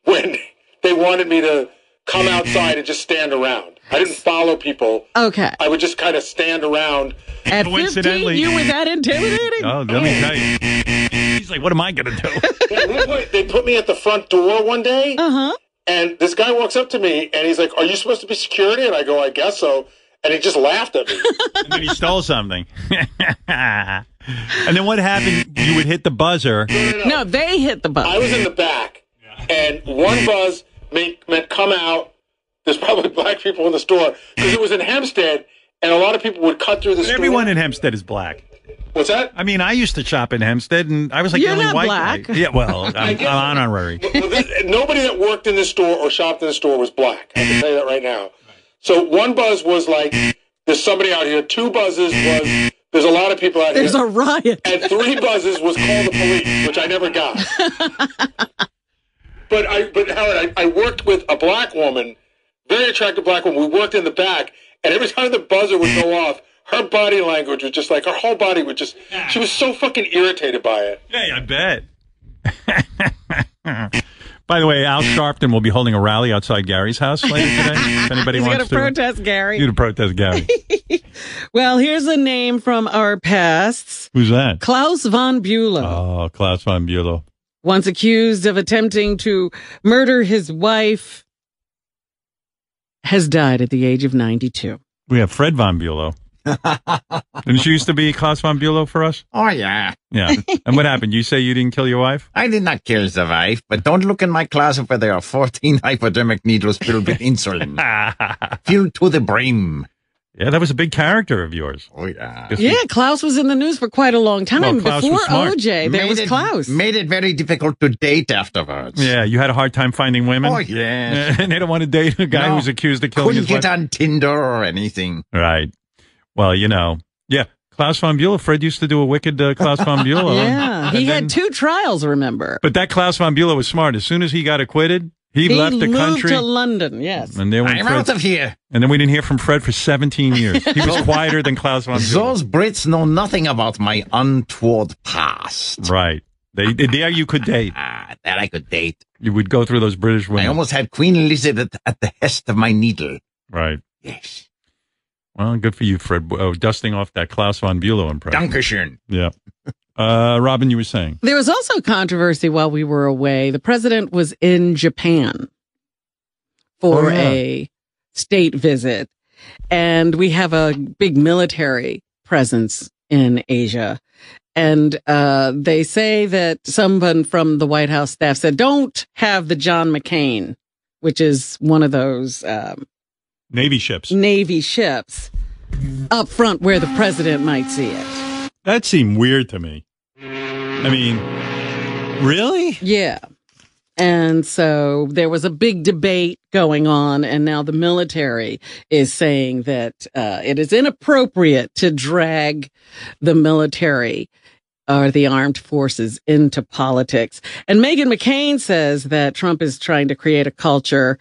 [SPEAKER 5] when <laughs> they wanted me to come outside and just stand around. I didn't follow people.
[SPEAKER 1] Okay.
[SPEAKER 5] I would just kind of stand around.
[SPEAKER 1] At 15,
[SPEAKER 3] Coincidentally-
[SPEAKER 1] you were that intimidating?
[SPEAKER 3] Oh, let me tell you. He's like, what am I going to
[SPEAKER 1] <laughs>
[SPEAKER 3] do?
[SPEAKER 5] At one point, they put me at the front door one day.
[SPEAKER 1] Uh huh.
[SPEAKER 5] And this guy walks up to me and he's like, Are you supposed to be security? And I go, I guess so. And he just laughed at me.
[SPEAKER 3] and then he stole something. <laughs> and then what happened? You would hit the buzzer.
[SPEAKER 1] No, they hit the
[SPEAKER 5] I
[SPEAKER 1] button.
[SPEAKER 5] was in the back and one buzz make, meant come out. There's probably <laughs> black people in the store because it was in Hempstead and a lot of people would cut through the store.
[SPEAKER 3] Everyone in Hempstead is black.
[SPEAKER 5] What's that?
[SPEAKER 3] I mean, I used to shop in Hempstead, and I was like
[SPEAKER 1] You're
[SPEAKER 3] the only
[SPEAKER 1] not
[SPEAKER 3] white
[SPEAKER 1] black.
[SPEAKER 3] guy. Yeah,
[SPEAKER 1] <laughs>
[SPEAKER 3] well, I'm, I'm honorary.
[SPEAKER 5] Well, this- Nobody that worked in the store or shopped in the store was black. I can tell you that right now. So one buzz was like, There's somebody out here. Two buzzes was, There's a lot of people out
[SPEAKER 1] There's
[SPEAKER 5] here.
[SPEAKER 1] a riot.
[SPEAKER 5] and three buzzes was call the police, which I never got. but I, but Howard, I, I worked with a black woman, very attractive black woman. We worked in the back, and every time the buzzer would go off, her body language was just like her whole body would just. She was so fucking irritated by it.
[SPEAKER 3] Hey, I bet. <laughs> By the way, Al Sharpton will be holding a rally outside Gary's house later today.
[SPEAKER 10] <laughs>
[SPEAKER 3] If anybody
[SPEAKER 1] He's gonna
[SPEAKER 3] wants to
[SPEAKER 1] protest, Gary.
[SPEAKER 3] you to protest Gary,
[SPEAKER 1] Well, here's a name from our pasts.
[SPEAKER 3] who's that?
[SPEAKER 1] Klaus von Bülow.
[SPEAKER 3] Oh, Klaus von Bülow.
[SPEAKER 1] once accused of attempting to murder his wife, has died at the age of 92.
[SPEAKER 3] We have Fred
[SPEAKER 10] <laughs>
[SPEAKER 3] von Bülow. Didn't she used to be Klaus von Bülow for us?
[SPEAKER 10] Oh, yeah.
[SPEAKER 3] Yeah. And what happened? You say you didn't kill your wife?
[SPEAKER 10] I did not kill the wife, but don't look in my closet where there are 14 <laughs> hypodermic needles filled
[SPEAKER 3] <laughs>
[SPEAKER 10] with insulin.
[SPEAKER 3] yeah,
[SPEAKER 10] Filled to the brim.
[SPEAKER 3] that was a big character of yours.
[SPEAKER 10] Oh, yeah.
[SPEAKER 3] Guess we-
[SPEAKER 1] Yeah, Klaus was in the news for quite a long
[SPEAKER 3] Well,
[SPEAKER 1] time.
[SPEAKER 3] Klaus was
[SPEAKER 1] Before
[SPEAKER 3] smart.
[SPEAKER 1] OJ, there
[SPEAKER 10] Made
[SPEAKER 1] was
[SPEAKER 10] it-
[SPEAKER 1] Klaus.
[SPEAKER 10] Made it very difficult to date afterwards.
[SPEAKER 3] Yeah, you had a hard time finding women.
[SPEAKER 10] Oh, yes.
[SPEAKER 3] <laughs> and they don't want to date a guy
[SPEAKER 10] No.
[SPEAKER 3] who's accused of killing
[SPEAKER 10] Couldn't
[SPEAKER 3] his
[SPEAKER 10] get
[SPEAKER 3] wife.
[SPEAKER 10] on Tinder or anything.
[SPEAKER 3] Right. Well, you know. Yeah. Klaus von Bülow. Fred used to do a wicked uh,
[SPEAKER 1] <laughs>
[SPEAKER 3] Klaus von Bülow.
[SPEAKER 1] yeah,
[SPEAKER 3] And
[SPEAKER 1] he
[SPEAKER 3] then-
[SPEAKER 1] had two trials, remember.
[SPEAKER 3] But that Klaus von Bülow was smart. As soon as he got acquitted, he,
[SPEAKER 1] he
[SPEAKER 3] left the
[SPEAKER 1] moved
[SPEAKER 3] country.
[SPEAKER 1] to London, yes.
[SPEAKER 3] and there went
[SPEAKER 10] I'm
[SPEAKER 3] Fred-
[SPEAKER 10] out of here.
[SPEAKER 3] and then we didn't hear from Fred
[SPEAKER 1] <laughs>
[SPEAKER 3] for 17 years. He was quieter than Klaus von Bülow.
[SPEAKER 10] Those Brits know nothing about my untoward past.
[SPEAKER 3] Right. They, they- there you could date.
[SPEAKER 10] Ah, that I could date.
[SPEAKER 3] You would go through those British women.
[SPEAKER 10] I almost had Queen Elizabeth at the hest of my needle.
[SPEAKER 3] right.
[SPEAKER 10] Yes.
[SPEAKER 3] Well, good for you, Fred. Oh, dusting off that Klaus von Bülow impression.
[SPEAKER 10] Dankeschön.
[SPEAKER 3] Yeah. Uh, Robin, you were saying.
[SPEAKER 1] There was also controversy while we were away. The president was in Japan for
[SPEAKER 3] Oh, yeah.
[SPEAKER 1] a state visit, and we have a big military presence in Asia. And uh, they say that someone from the White House staff said, "Don't have the John McCain, which is one of those um,
[SPEAKER 3] Navy ships.
[SPEAKER 1] Navy ships, up front where the president might see it."
[SPEAKER 3] That seemed weird to me. I mean, really?
[SPEAKER 1] Yeah. And so there was a big debate going on, and now the military is saying that uh, it is inappropriate to drag the military or the armed forces into politics. And Megan McCain says that Trump is trying to create a culture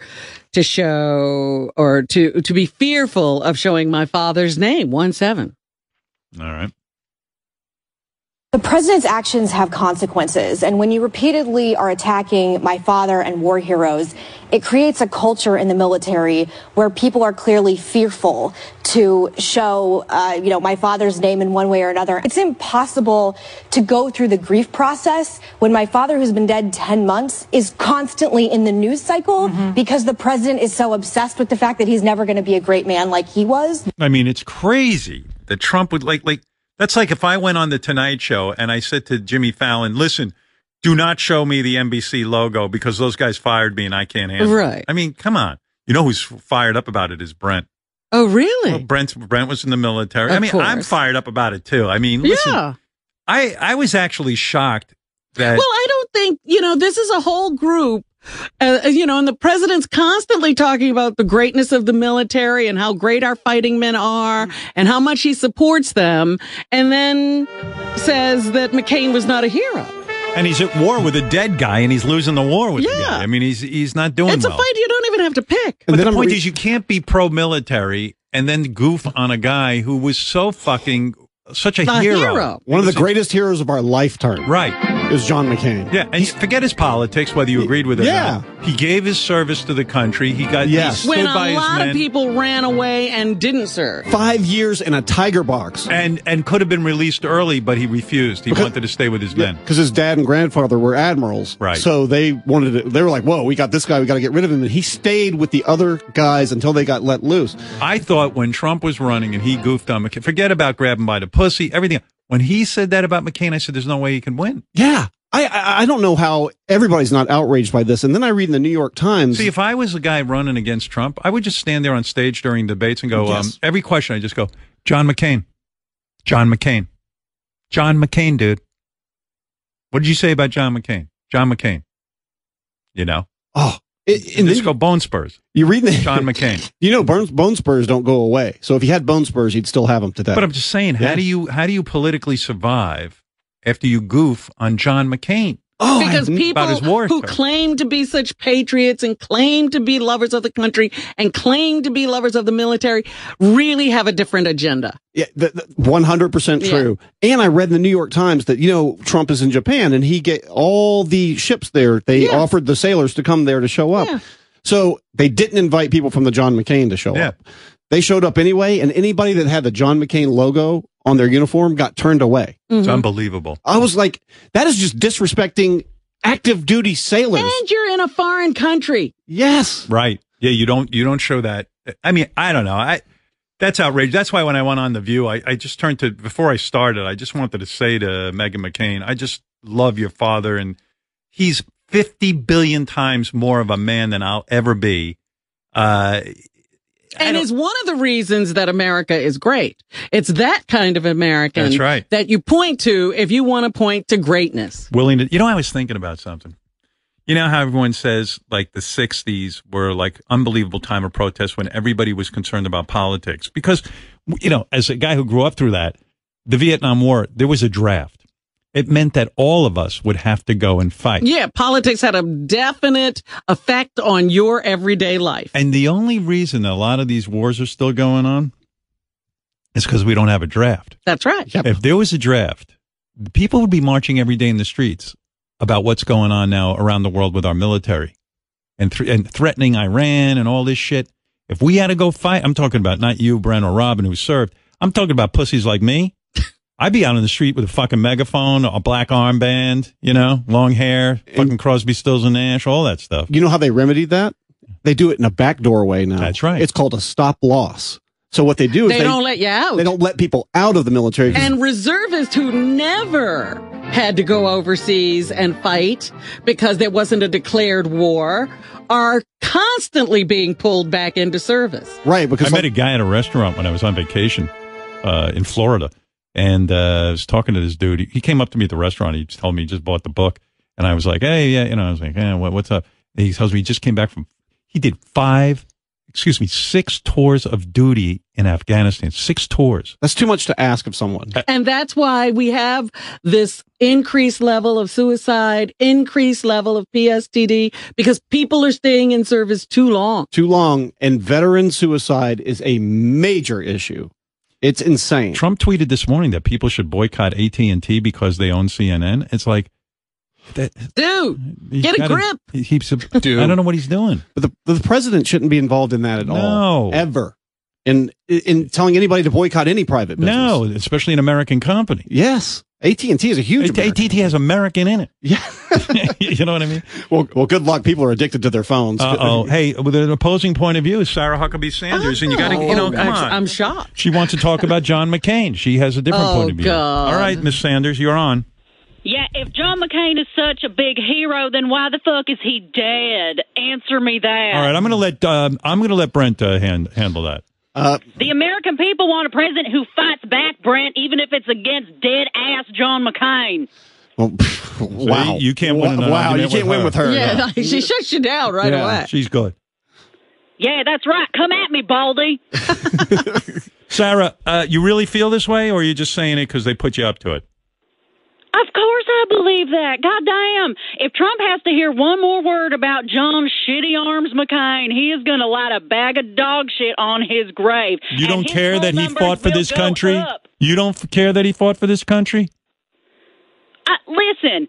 [SPEAKER 1] to show or to to be fearful of showing my father's name, one seven.
[SPEAKER 3] All right.
[SPEAKER 11] The president's actions have consequences, and when you repeatedly are attacking my father and war heroes, it creates a culture in the military where people are clearly fearful to show, uh, you know, my father's name in one way or another. It's impossible to go through the grief process when my father, who's been dead 10 months, is constantly in the news cycle because the president is so obsessed with the fact that he's never going to be a great man like he was.
[SPEAKER 3] I mean, it's crazy that Trump would like, like, that's like if I went on the Tonight Show and I said to Jimmy Fallon, listen, do not show me the NBC logo because those guys fired me and I can't handle it.
[SPEAKER 1] Right.
[SPEAKER 3] I mean, come on. You know who's fired up about it is Brent.
[SPEAKER 1] Oh, really?
[SPEAKER 3] Well, Brent, Brent was in the military. I
[SPEAKER 1] Of
[SPEAKER 3] mean, I'm
[SPEAKER 1] course.
[SPEAKER 3] fired up about it too. I mean, listen,
[SPEAKER 1] yeah.
[SPEAKER 3] I, I was actually shocked that
[SPEAKER 1] Well, I don't think, you know, this is a whole group. Uh, you know, and the president's constantly talking about the greatness of the military and how great our fighting men are and how much he supports them, and then says that McCain was not a hero.
[SPEAKER 12] Oh,
[SPEAKER 3] And he's at war with a dead guy, and he's losing the war with the
[SPEAKER 1] Yeah.
[SPEAKER 3] guy. I mean, he's he's not doing
[SPEAKER 1] It's a
[SPEAKER 3] well.
[SPEAKER 1] fight you don't even have to pick.
[SPEAKER 3] But
[SPEAKER 6] And then
[SPEAKER 3] the
[SPEAKER 6] I'm
[SPEAKER 3] point
[SPEAKER 6] re-
[SPEAKER 3] is, you can't be pro-military and then goof on a guy who was so fucking such a,
[SPEAKER 1] A
[SPEAKER 3] hero.
[SPEAKER 1] hero.
[SPEAKER 12] One of the greatest heroes of our lifetime
[SPEAKER 3] Right.
[SPEAKER 12] is John McCain.
[SPEAKER 3] Yeah. And forget his politics, whether you agreed with it. or
[SPEAKER 12] Yeah.
[SPEAKER 3] not. He gave his service to the country. He got
[SPEAKER 12] Yes.
[SPEAKER 3] he
[SPEAKER 1] When
[SPEAKER 3] stood by
[SPEAKER 1] a
[SPEAKER 3] his
[SPEAKER 1] lot
[SPEAKER 3] men.
[SPEAKER 1] of people ran away and didn't serve.
[SPEAKER 12] Five years in a tiger box.
[SPEAKER 3] and and could have been released early, but he refused. He
[SPEAKER 12] Because-
[SPEAKER 3] wanted to stay with his men.
[SPEAKER 12] Because his dad and grandfather were admirals.
[SPEAKER 3] Right.
[SPEAKER 12] So they wanted to, they were like, whoa, we got this guy, we got to get rid of him. And he stayed with the other guys until they got let loose.
[SPEAKER 3] I thought when Trump was running and he goofed on McCain, forget about grabbing by the pussy, everything. When he said that about McCain, I said, "There's no way he can win."
[SPEAKER 12] Yeah. I, I, I don't know how everybody's not outraged by this. And then I read in the New York Times.
[SPEAKER 3] See, if I was a guy running against Trump, I would just stand there on stage during debates and go, um,
[SPEAKER 12] Yes.
[SPEAKER 3] every question, I just go, John McCain, John McCain, John McCain, dude. What did you say about John McCain? John McCain. You know,
[SPEAKER 12] oh, it,
[SPEAKER 3] and
[SPEAKER 12] and
[SPEAKER 3] just
[SPEAKER 12] then
[SPEAKER 3] go bone spurs.
[SPEAKER 12] you read in the, <laughs>
[SPEAKER 3] John McCain.
[SPEAKER 12] You know, bone, bone spurs don't go away. So if you had bone spurs, you'd still have them today.
[SPEAKER 3] But I'm just saying, how
[SPEAKER 12] Yeah.
[SPEAKER 3] do you how do you politically survive after you goof on John McCain?
[SPEAKER 12] Oh, I
[SPEAKER 1] because
[SPEAKER 12] kn-
[SPEAKER 1] people
[SPEAKER 12] about his war
[SPEAKER 1] who
[SPEAKER 12] story.
[SPEAKER 1] claim to be such patriots and claim to be lovers of the country and claim to be lovers of the military really have a different agenda.
[SPEAKER 12] Yeah, one hundred percent true. And I read in the New York Times that you know Trump is in Japan, and he get all the ships there. They offered the sailors to come there to show up. So they didn't invite people from the John McCain to show up. They showed up anyway, and anybody that had the John McCain logo on their uniform got turned away.
[SPEAKER 3] It's unbelievable.
[SPEAKER 12] I was like, that is just disrespecting active duty sailors.
[SPEAKER 1] And you're in a foreign country.
[SPEAKER 12] Yes.
[SPEAKER 3] Right. Yeah, you don't you don't show that. I mean, I don't know. I that's outrageous. That's why when I went on the View, I, I just turned to before I started. I just wanted to say to Megan McCain, I just love your father, and he's fifty billion times more of a man than I'll ever be. Uh,
[SPEAKER 1] And is one of the reasons that America is great. It's that kind of American
[SPEAKER 3] That's right.
[SPEAKER 1] that you point to if you want to point to greatness.
[SPEAKER 3] willing to. You know, I was thinking about something. You know how everyone says like the '60s were like unbelievable time of protest when everybody was concerned about politics because, you know, as a guy who grew up through that, the Vietnam War, there was a draft. It meant that all of us would have to go and fight.
[SPEAKER 1] Yeah, politics had a definite effect on your everyday life.
[SPEAKER 3] And the only reason a lot of these wars are still going on is because we don't have a draft.
[SPEAKER 1] That's right.
[SPEAKER 3] If there was a draft, people would be marching every day in the streets about what's going on now around the world with our military and, th- and threatening Iran and all this shit. If we had to go fight, I'm talking about not you, Brent, or Robin, who served. I'm talking about pussies like me. I'd be out on the street with a fucking megaphone, a black armband, you know, long hair, fucking Crosby, Stills, and Nash, all that stuff.
[SPEAKER 12] You know how they remedied that? They do it in a back doorway now. That's right. It's called a stop loss. So what they do is
[SPEAKER 1] They don't let you out.
[SPEAKER 12] They don't let people out of the military. 'cause
[SPEAKER 1] And reservists who never had to go overseas and fight because there wasn't a declared war are constantly being pulled back into service.
[SPEAKER 12] Right, because
[SPEAKER 3] I met a guy at a restaurant when I was on vacation uh, in Florida, and uh, I was talking to this dude. He- He came up to me at the restaurant. He told me he just bought the book, and I was like, "Hey, yeah," you know, I was like, "Yeah, what, what's up?" And he tells me he just came back from. He did five, excuse me, six tours of duty in Afghanistan. Six tours.
[SPEAKER 12] That's too much to ask of
[SPEAKER 3] Uh,
[SPEAKER 12] someone.
[SPEAKER 1] And that's why we have this increased level of suicide, increased level of PSTD, because people are staying in service too long.
[SPEAKER 12] Too long, and veteran suicide is a major issue. It's insane.
[SPEAKER 3] Trump tweeted this morning that people should boycott AT and T because they own CNN. It's like, that,
[SPEAKER 1] dude,
[SPEAKER 3] he's
[SPEAKER 1] get a
[SPEAKER 3] gotta-
[SPEAKER 1] grip.
[SPEAKER 3] He keeps. I don't know what he's doing.
[SPEAKER 12] But the, the president shouldn't be involved in that at all. Ever. And in telling anybody to boycott any private business.
[SPEAKER 3] No, especially an American company.
[SPEAKER 12] Yes. AT&T is a huge
[SPEAKER 3] AT&T has American in it.
[SPEAKER 12] <laughs>
[SPEAKER 3] <laughs>
[SPEAKER 12] Yeah.
[SPEAKER 3] you know what I <laughs> mean?
[SPEAKER 12] Well, well, good luck. People are addicted to their phones.
[SPEAKER 3] Uh oh. hey, with an opposing point of view, Sarah Huckabee Sanders, and you got to, you know,
[SPEAKER 1] Oh,
[SPEAKER 3] come on.
[SPEAKER 1] I'm shocked.
[SPEAKER 3] she wants to talk about John McCain. She has a different
[SPEAKER 1] Oh,
[SPEAKER 3] point of view.
[SPEAKER 1] God.
[SPEAKER 3] All right, Miss Sanders, you're on.
[SPEAKER 13] Yeah, if John McCain is such a big hero, then why the fuck is he dead? Answer me that.
[SPEAKER 3] All right, I'm going to let um, I'm going to let Brent uh, hand, handle that.
[SPEAKER 12] Uh,
[SPEAKER 13] The American people want a president who fights back, Brent, even if it's against dead ass John McCain.
[SPEAKER 12] <laughs> wow.
[SPEAKER 3] you can't win.
[SPEAKER 12] Wow,
[SPEAKER 3] an
[SPEAKER 12] you
[SPEAKER 3] argument
[SPEAKER 12] can't win with her.
[SPEAKER 1] Yeah, <laughs> she shuts you down right
[SPEAKER 3] Yeah,
[SPEAKER 1] away.
[SPEAKER 3] She's good.
[SPEAKER 13] Yeah, that's right. Come at me, Baldy.
[SPEAKER 3] Sarah, uh, you really feel this way, or are you just saying it because they put you up to it?
[SPEAKER 13] Of course I believe that. God damn. If Trump has to hear one more word about John Shitty Arms McCain, he is going to light a bag of dog shit on his grave.
[SPEAKER 3] You
[SPEAKER 13] And
[SPEAKER 3] don't
[SPEAKER 13] his
[SPEAKER 3] care
[SPEAKER 13] poll
[SPEAKER 3] that he
[SPEAKER 13] numbers
[SPEAKER 3] fought for
[SPEAKER 13] will
[SPEAKER 3] this
[SPEAKER 13] go
[SPEAKER 3] country.
[SPEAKER 13] up.
[SPEAKER 3] You don't f- care that he fought for this country.
[SPEAKER 13] I, listen,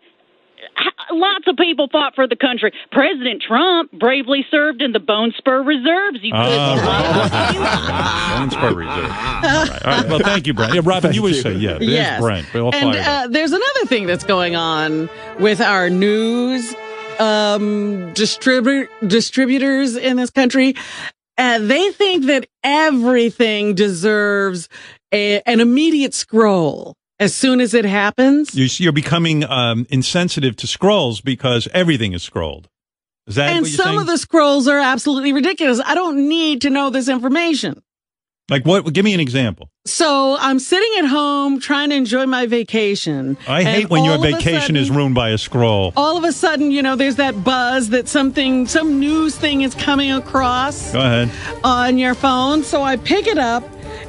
[SPEAKER 13] h- lots of people fought for the country. President Trump bravely served in the Bone Spur Reserves. You
[SPEAKER 3] All
[SPEAKER 13] could
[SPEAKER 3] right. Bones per reserve. All right. All right. Well, thank you, Brent. Yeah, Robin, you would say, yeah, there's
[SPEAKER 1] yes.
[SPEAKER 3] Brent. We'll
[SPEAKER 1] and
[SPEAKER 3] fire him.
[SPEAKER 1] uh, there's another thing that's going on with our news um, distribu- distributors in this country. Uh, they think that everything deserves a- an immediate scroll as soon as it happens.
[SPEAKER 3] You're, you're becoming um, insensitive to scrolls because everything is scrolled. Is that
[SPEAKER 1] And
[SPEAKER 3] what you're
[SPEAKER 1] some
[SPEAKER 3] saying?
[SPEAKER 1] of the scrolls are absolutely ridiculous. I don't need to know this information.
[SPEAKER 3] like what? Give me an example.
[SPEAKER 1] So I'm sitting at home trying to enjoy my vacation.
[SPEAKER 3] I
[SPEAKER 1] and
[SPEAKER 3] hate when your
[SPEAKER 1] all of a
[SPEAKER 3] vacation
[SPEAKER 1] sudden- Oh
[SPEAKER 3] is ruined by a scroll.
[SPEAKER 1] all of a sudden, you know, there's that buzz that something, some news thing is coming across
[SPEAKER 3] Go ahead.
[SPEAKER 1] on your phone. So I pick it up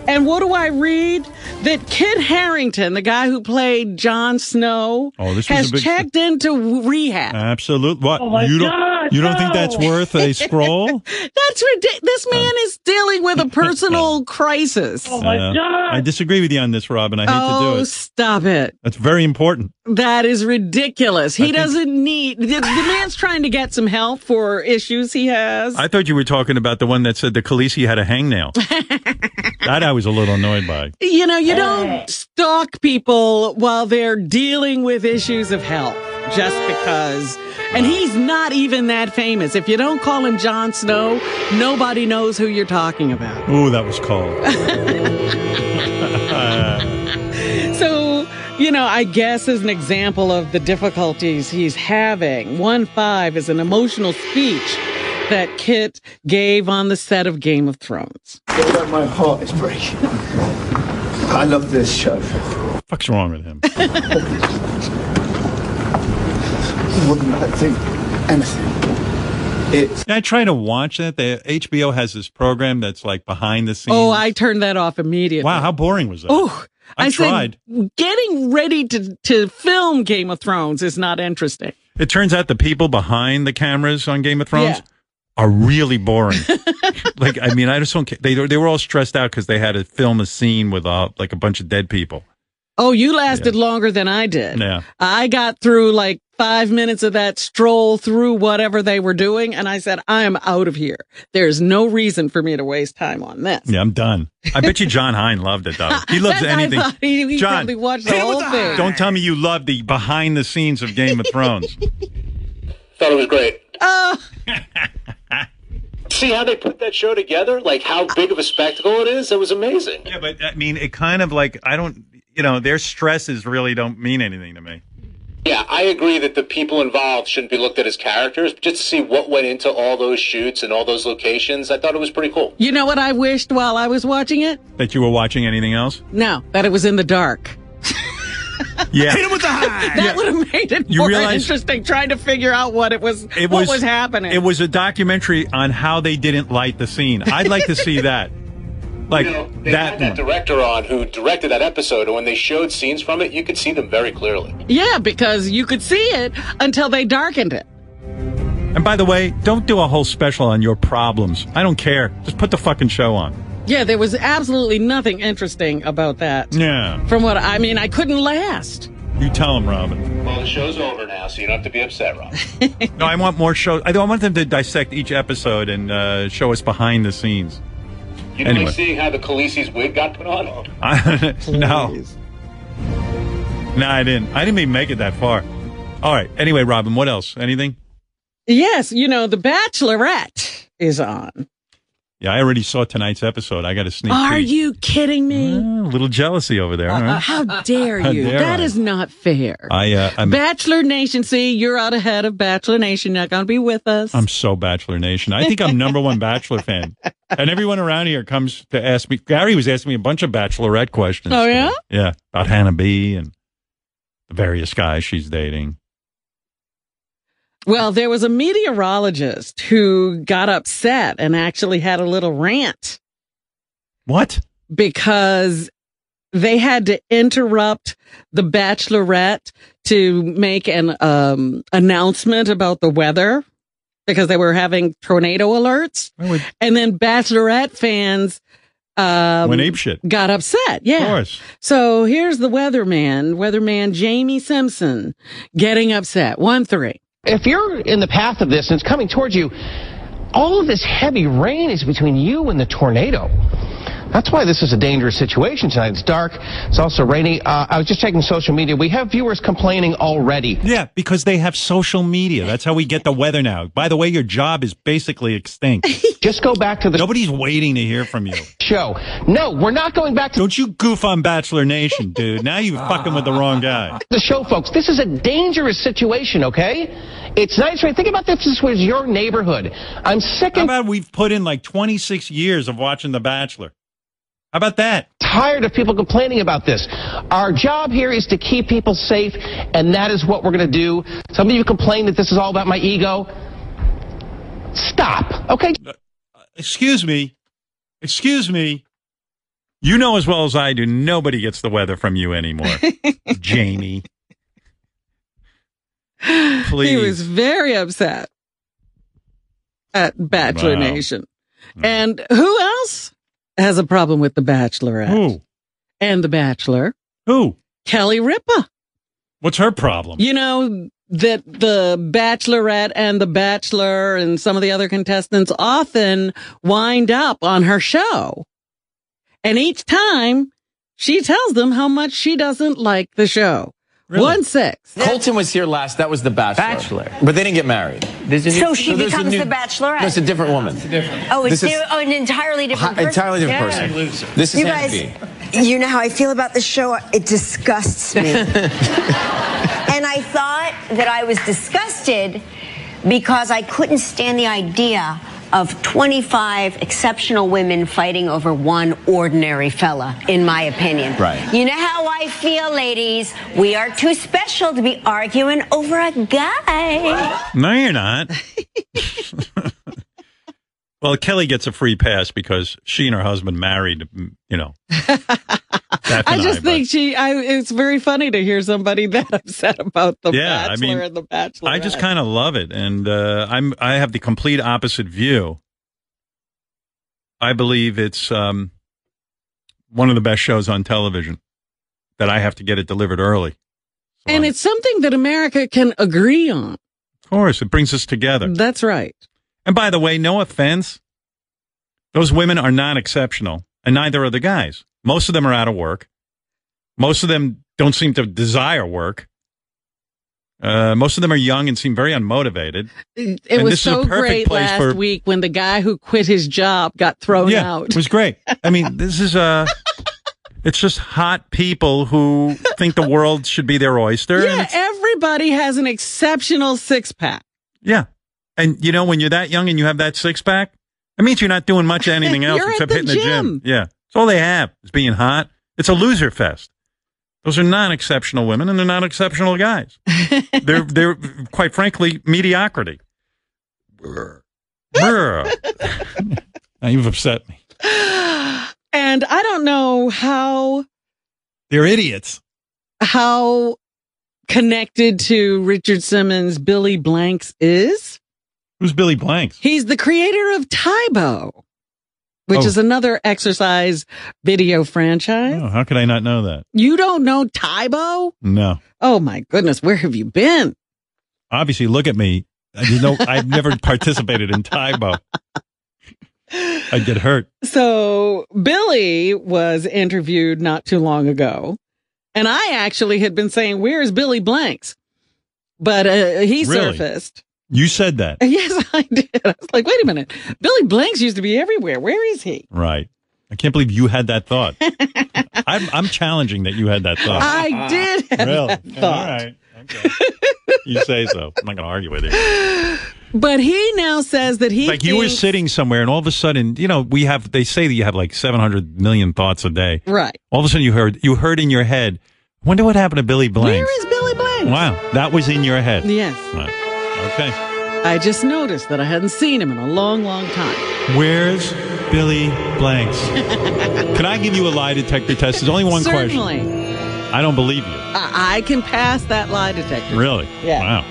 [SPEAKER 1] And what do I read? That Kit Harrington, the guy who played Jon Snow,
[SPEAKER 3] Oh, this was
[SPEAKER 1] has
[SPEAKER 3] a big- Uh,
[SPEAKER 1] checked into rehab.
[SPEAKER 3] Absolutely. What?
[SPEAKER 1] Oh my
[SPEAKER 3] you don't
[SPEAKER 1] God,
[SPEAKER 3] you don't think that's
[SPEAKER 1] no. Oh
[SPEAKER 3] worth
[SPEAKER 1] <laughs>
[SPEAKER 3] a scroll?
[SPEAKER 1] That's ridiculous. This man is dealing with
[SPEAKER 3] <laughs>
[SPEAKER 1] a personal crisis. Oh
[SPEAKER 3] Uh, I disagree with you on this, Robin. I hate to
[SPEAKER 1] Oh,
[SPEAKER 3] do it.
[SPEAKER 1] stop it.
[SPEAKER 3] That's very important.
[SPEAKER 1] That is ridiculous. He doesn't need the, the man's trying to get some help for issues he has.
[SPEAKER 3] I thought you were talking about the one that said the Khaleesi had
[SPEAKER 1] <laughs>
[SPEAKER 3] a hangnail. that I was a little annoyed by.
[SPEAKER 1] you know, you don't stalk people while they're dealing with issues of health just because. And he's not even that famous. If you don't call him Jon Snow, nobody knows who you're talking about.
[SPEAKER 3] Ooh, that was cold.
[SPEAKER 1] So, you know, I guess as an example of the difficulties he's having, one five is an emotional speech that Kit gave on the set of Game of Thrones.
[SPEAKER 14] That my heart is breaking. I love this show.
[SPEAKER 3] Fuck's wrong with him?
[SPEAKER 14] <laughs> Wouldn't I think anything?
[SPEAKER 3] I try to watch that. The HBO has this program that's like behind the scenes.
[SPEAKER 1] Oh, I turned that off immediately.
[SPEAKER 3] wow, how boring was that?
[SPEAKER 1] Oh,
[SPEAKER 3] I
[SPEAKER 1] I, said,
[SPEAKER 3] tried.
[SPEAKER 1] getting ready to, to film Game of Thrones is not interesting.
[SPEAKER 3] It turns out the people behind the cameras on Game of Thrones
[SPEAKER 1] Yeah.
[SPEAKER 3] are really
[SPEAKER 1] <laughs>
[SPEAKER 3] boring. like, I mean, I just don't. Care. They they were all stressed out because they had to film a scene with uh, like a bunch of dead people.
[SPEAKER 1] Oh, you lasted longer than I did.
[SPEAKER 3] Yeah.
[SPEAKER 1] I got through like five minutes of that stroll through whatever they were doing, and I said, I am out of here. There's no reason for me to waste time on this.
[SPEAKER 3] Yeah, I'm done. I bet you John Hine loved it though.
[SPEAKER 1] <laughs>
[SPEAKER 3] He loves
[SPEAKER 1] That- I
[SPEAKER 3] anything.
[SPEAKER 1] thought he- he
[SPEAKER 3] John,
[SPEAKER 1] probably watched the whole thing.
[SPEAKER 3] don't tell me you love the behind the scenes of Game of
[SPEAKER 1] <laughs>
[SPEAKER 3] Thrones.
[SPEAKER 5] Thought it was great.
[SPEAKER 1] Oh,
[SPEAKER 5] See how they put that show together? Like how big of a spectacle it is? It was amazing.
[SPEAKER 3] Yeah, but I mean, it kind of like I don't, you know, their stresses really don't mean anything to me.
[SPEAKER 5] Yeah, I agree that the people involved shouldn't be looked at as characters. but Just to see what went into all those shoots and all those locations, I thought it was pretty cool.
[SPEAKER 1] you know what I wished while I was watching it?
[SPEAKER 3] That you were watching anything else?
[SPEAKER 1] No, that it was in the dark. <laughs>
[SPEAKER 3] Yeah.
[SPEAKER 1] with the high. that would have made it
[SPEAKER 3] You
[SPEAKER 1] more
[SPEAKER 3] realize-
[SPEAKER 1] interesting trying to figure out what it was,
[SPEAKER 3] It
[SPEAKER 1] what
[SPEAKER 3] was,
[SPEAKER 1] was happening.
[SPEAKER 3] It was a documentary on how they didn't light the scene. I'd like to see that. Like
[SPEAKER 5] They
[SPEAKER 3] that.
[SPEAKER 5] had that director on who directed that episode, and when they showed scenes from it, you could see them very clearly.
[SPEAKER 1] yeah, because you could see it until they darkened it.
[SPEAKER 3] And by the way, don't do a whole special on your problems. I don't care. Just put the fucking show on.
[SPEAKER 1] Yeah, there was absolutely nothing interesting about that.
[SPEAKER 3] Yeah.
[SPEAKER 1] From what I mean, I couldn't last.
[SPEAKER 3] You tell them, Robin.
[SPEAKER 5] Well, the show's over now, so you don't have to be upset, Rob.
[SPEAKER 3] No, I want more shows. I don't- I want them to dissect each episode and uh, show us behind the scenes. <laughs>
[SPEAKER 5] You know,
[SPEAKER 3] Anyway.
[SPEAKER 5] like seeing how the Khaleesi's wig got put on.
[SPEAKER 3] I- no. No, I didn't. I didn't even make it that far. All right. Anyway, Robin, what else? Anything?
[SPEAKER 1] Yes, you know, The Bachelorette is on.
[SPEAKER 3] Yeah, I already saw tonight's episode. I got a sneak
[SPEAKER 1] Are
[SPEAKER 3] peek.
[SPEAKER 1] you kidding me?
[SPEAKER 3] A little jealousy over there. huh?
[SPEAKER 1] How dare
[SPEAKER 3] How
[SPEAKER 1] you? That
[SPEAKER 3] dare
[SPEAKER 1] is
[SPEAKER 3] I?
[SPEAKER 1] not fair.
[SPEAKER 3] I, uh, I'm,
[SPEAKER 1] Bachelor Nation, see, you're out ahead of Bachelor Nation. You're not going to be with us.
[SPEAKER 3] I'm so Bachelor Nation. I think I'm number one Bachelor
[SPEAKER 1] <laughs>
[SPEAKER 3] fan. And everyone around here comes to ask me. Gary was asking me a bunch of Bachelorette questions.
[SPEAKER 1] oh, yeah?
[SPEAKER 3] Yeah, about Hannah B. and the various guys she's dating.
[SPEAKER 1] Well, there was a meteorologist who got upset and actually had a little rant
[SPEAKER 3] What?
[SPEAKER 1] because they had to interrupt the bachelorette to make an um, announcement about the weather because they were having tornado alerts. and then bachelorette fans um,
[SPEAKER 3] Went apeshit.
[SPEAKER 1] Got upset. Yeah.
[SPEAKER 3] Of course.
[SPEAKER 1] So here's the weatherman, weatherman Jamie Simpson getting upset. One three.
[SPEAKER 15] If you're in the path of this and it's coming towards you, all of this heavy rain is between you and the tornado. That's why this is a dangerous situation tonight. It's dark. It's also rainy. Uh, I was just checking social media. We have viewers complaining already.
[SPEAKER 3] Yeah, because they have social media. That's how we get the weather now. By the way, your job is
[SPEAKER 1] <laughs>
[SPEAKER 3] basically extinct.
[SPEAKER 15] Just go back to the.
[SPEAKER 3] Nobody's waiting to hear from you.
[SPEAKER 15] Show. No, we're not going back to.
[SPEAKER 3] Don't you goof on Bachelor Nation, dude. Now you're fucking with the wrong guy.
[SPEAKER 15] The show, folks. This is a dangerous situation. Okay, it's nice. Right? Think about this. This was your neighborhood. I'm sick
[SPEAKER 3] How
[SPEAKER 15] and
[SPEAKER 3] about we've put in like 26 years of watching The Bachelor? How about that?
[SPEAKER 15] tired of people complaining about this. Our job here is to keep people safe, and that is what we're going to do. Some of you complain that this is all about my ego. Stop, okay?
[SPEAKER 3] Excuse me. Excuse me. You know as well as I do, nobody gets the weather from
[SPEAKER 1] <laughs>
[SPEAKER 3] you anymore, Jamie. Please.
[SPEAKER 1] He was very upset at Bachelor
[SPEAKER 3] Wow. Mm.
[SPEAKER 1] Nation. And who else has a problem with The Bachelorette?
[SPEAKER 3] Who?
[SPEAKER 1] And The Bachelor?
[SPEAKER 3] Who?
[SPEAKER 1] Kelly Ripa.
[SPEAKER 3] What's her problem?
[SPEAKER 1] You know that the Bachelorette and The Bachelor and some of the other contestants often wind up on her show. And each time she tells them how much she doesn't like the show. One six.
[SPEAKER 16] Colton was here last. That was the Bachelor. Bachelor. But they didn't get married. There's
[SPEAKER 17] So she
[SPEAKER 16] there's a
[SPEAKER 17] becomes
[SPEAKER 16] new-
[SPEAKER 17] the Bachelorette.
[SPEAKER 16] No, it's a different woman.
[SPEAKER 17] Oh, it's
[SPEAKER 16] This is
[SPEAKER 17] new- oh, an entirely different
[SPEAKER 16] hi-
[SPEAKER 17] person.
[SPEAKER 16] entirely different person. Loser. This is
[SPEAKER 17] you guys. You know how I feel about the show. It
[SPEAKER 16] <laughs>
[SPEAKER 17] disgusts me, and I thought that I was disgusted because I couldn't stand the idea of 25 exceptional women fighting over one ordinary fella. In my opinion,
[SPEAKER 16] Right.
[SPEAKER 17] You know how I feel, ladies. We are too special to be arguing over a guy.
[SPEAKER 3] No,
[SPEAKER 1] <laughs>
[SPEAKER 3] you're not. well, Kelly gets a free pass because she and her husband married, mm,
[SPEAKER 1] <laughs>
[SPEAKER 3] you know. Beth
[SPEAKER 1] I
[SPEAKER 3] and
[SPEAKER 1] just
[SPEAKER 3] but-
[SPEAKER 1] think she. I. It's very funny to hear somebody <laughs> that upset about the
[SPEAKER 3] Yeah, I
[SPEAKER 1] Bachelor
[SPEAKER 3] mean,
[SPEAKER 1] and the Bachelor.
[SPEAKER 3] I just kind of love it, and uh, I'm I have the complete opposite view. I believe it's um, one of the best shows on television. That I have to get it delivered early.
[SPEAKER 1] and it's something that America can agree on.
[SPEAKER 3] Of course, it brings us together.
[SPEAKER 1] That's right.
[SPEAKER 3] And by the way, no offense, those women are not exceptional, and neither are the guys. Most of them are out of work. Most of them don't seem to desire work. Uh, most of them are young and seem very unmotivated.
[SPEAKER 1] It it
[SPEAKER 3] And
[SPEAKER 1] was
[SPEAKER 3] this is a
[SPEAKER 1] so
[SPEAKER 3] perfect
[SPEAKER 1] great
[SPEAKER 3] place
[SPEAKER 1] last
[SPEAKER 3] for-
[SPEAKER 1] week when the guy who quit his job got thrown
[SPEAKER 3] yeah,
[SPEAKER 1] out.
[SPEAKER 3] It was great. I mean, this is Uh, it's just hot people who think the world should be their oyster. and
[SPEAKER 1] <laughs> Yeah,
[SPEAKER 3] it's-
[SPEAKER 1] everybody has an exceptional six pack. <gasps>
[SPEAKER 3] yeah. And you know, when you're that young and you have that six pack, it means you're not doing much of
[SPEAKER 1] <laughs>
[SPEAKER 3] anything else
[SPEAKER 1] You're at
[SPEAKER 3] except
[SPEAKER 1] the
[SPEAKER 3] hitting the gym. Yeah. It's all they have is being hot. It's a loser fest. Those are not exceptional women and they're not
[SPEAKER 1] <laughs>
[SPEAKER 3] exceptional guys. they're, they're quite frankly, mediocrity.
[SPEAKER 1] <laughs>
[SPEAKER 3] Brr. now you've upset me.
[SPEAKER 1] And I don't know how
[SPEAKER 3] They're idiots.
[SPEAKER 1] how connected to Richard Simmons Billy Blanks is.
[SPEAKER 3] Who's Billy Blanks?
[SPEAKER 1] He's the creator of Tybo, which
[SPEAKER 3] Oh.
[SPEAKER 1] is another exercise video franchise.
[SPEAKER 3] Oh, how could I not know that?
[SPEAKER 1] You don't know Tybo?
[SPEAKER 3] No.
[SPEAKER 1] Oh my goodness, where have you been?
[SPEAKER 3] Obviously, look at me. I just know I've
[SPEAKER 1] <laughs>
[SPEAKER 3] never participated in Taibo. I'd get hurt.
[SPEAKER 1] So Billy was interviewed not too long ago, and I actually had been saying, "Where's Billy Blanks?" But uh, he
[SPEAKER 3] Really?
[SPEAKER 1] surfaced. <laughs>
[SPEAKER 3] You said that.
[SPEAKER 1] Yes, I did. I was like, "Wait a minute, Billy Blanks used to be everywhere. Where is he?"
[SPEAKER 3] Right. I can't believe you had
[SPEAKER 1] <laughs>
[SPEAKER 3] that thought. I'm, I'm challenging that you had that thought.
[SPEAKER 1] I did have
[SPEAKER 3] Uh-huh. Really?
[SPEAKER 1] that thought.
[SPEAKER 3] All right. Okay. You say so. I'm not going to argue with you.
[SPEAKER 1] But he now says that he
[SPEAKER 3] Like you were
[SPEAKER 1] thinks-
[SPEAKER 3] sitting somewhere, and all of a sudden, you know, we have. They say that you have like 700 million thoughts a day.
[SPEAKER 1] right.
[SPEAKER 3] All of a sudden, you heard you heard in your head. Wonder what happened to Billy Blanks.
[SPEAKER 1] Where is Billy Blanks?
[SPEAKER 3] Wow, that was in your head.
[SPEAKER 1] Yes,
[SPEAKER 3] Right. Okay.
[SPEAKER 1] I just noticed that I hadn't seen him in a long, long time.
[SPEAKER 3] Where's Billy Blanks? Can I give you a lie detector test? There's only one
[SPEAKER 1] Certainly,
[SPEAKER 3] question. I don't believe you.
[SPEAKER 1] I-, I can pass that lie detector.
[SPEAKER 3] Really?
[SPEAKER 1] Yeah.
[SPEAKER 3] Wow.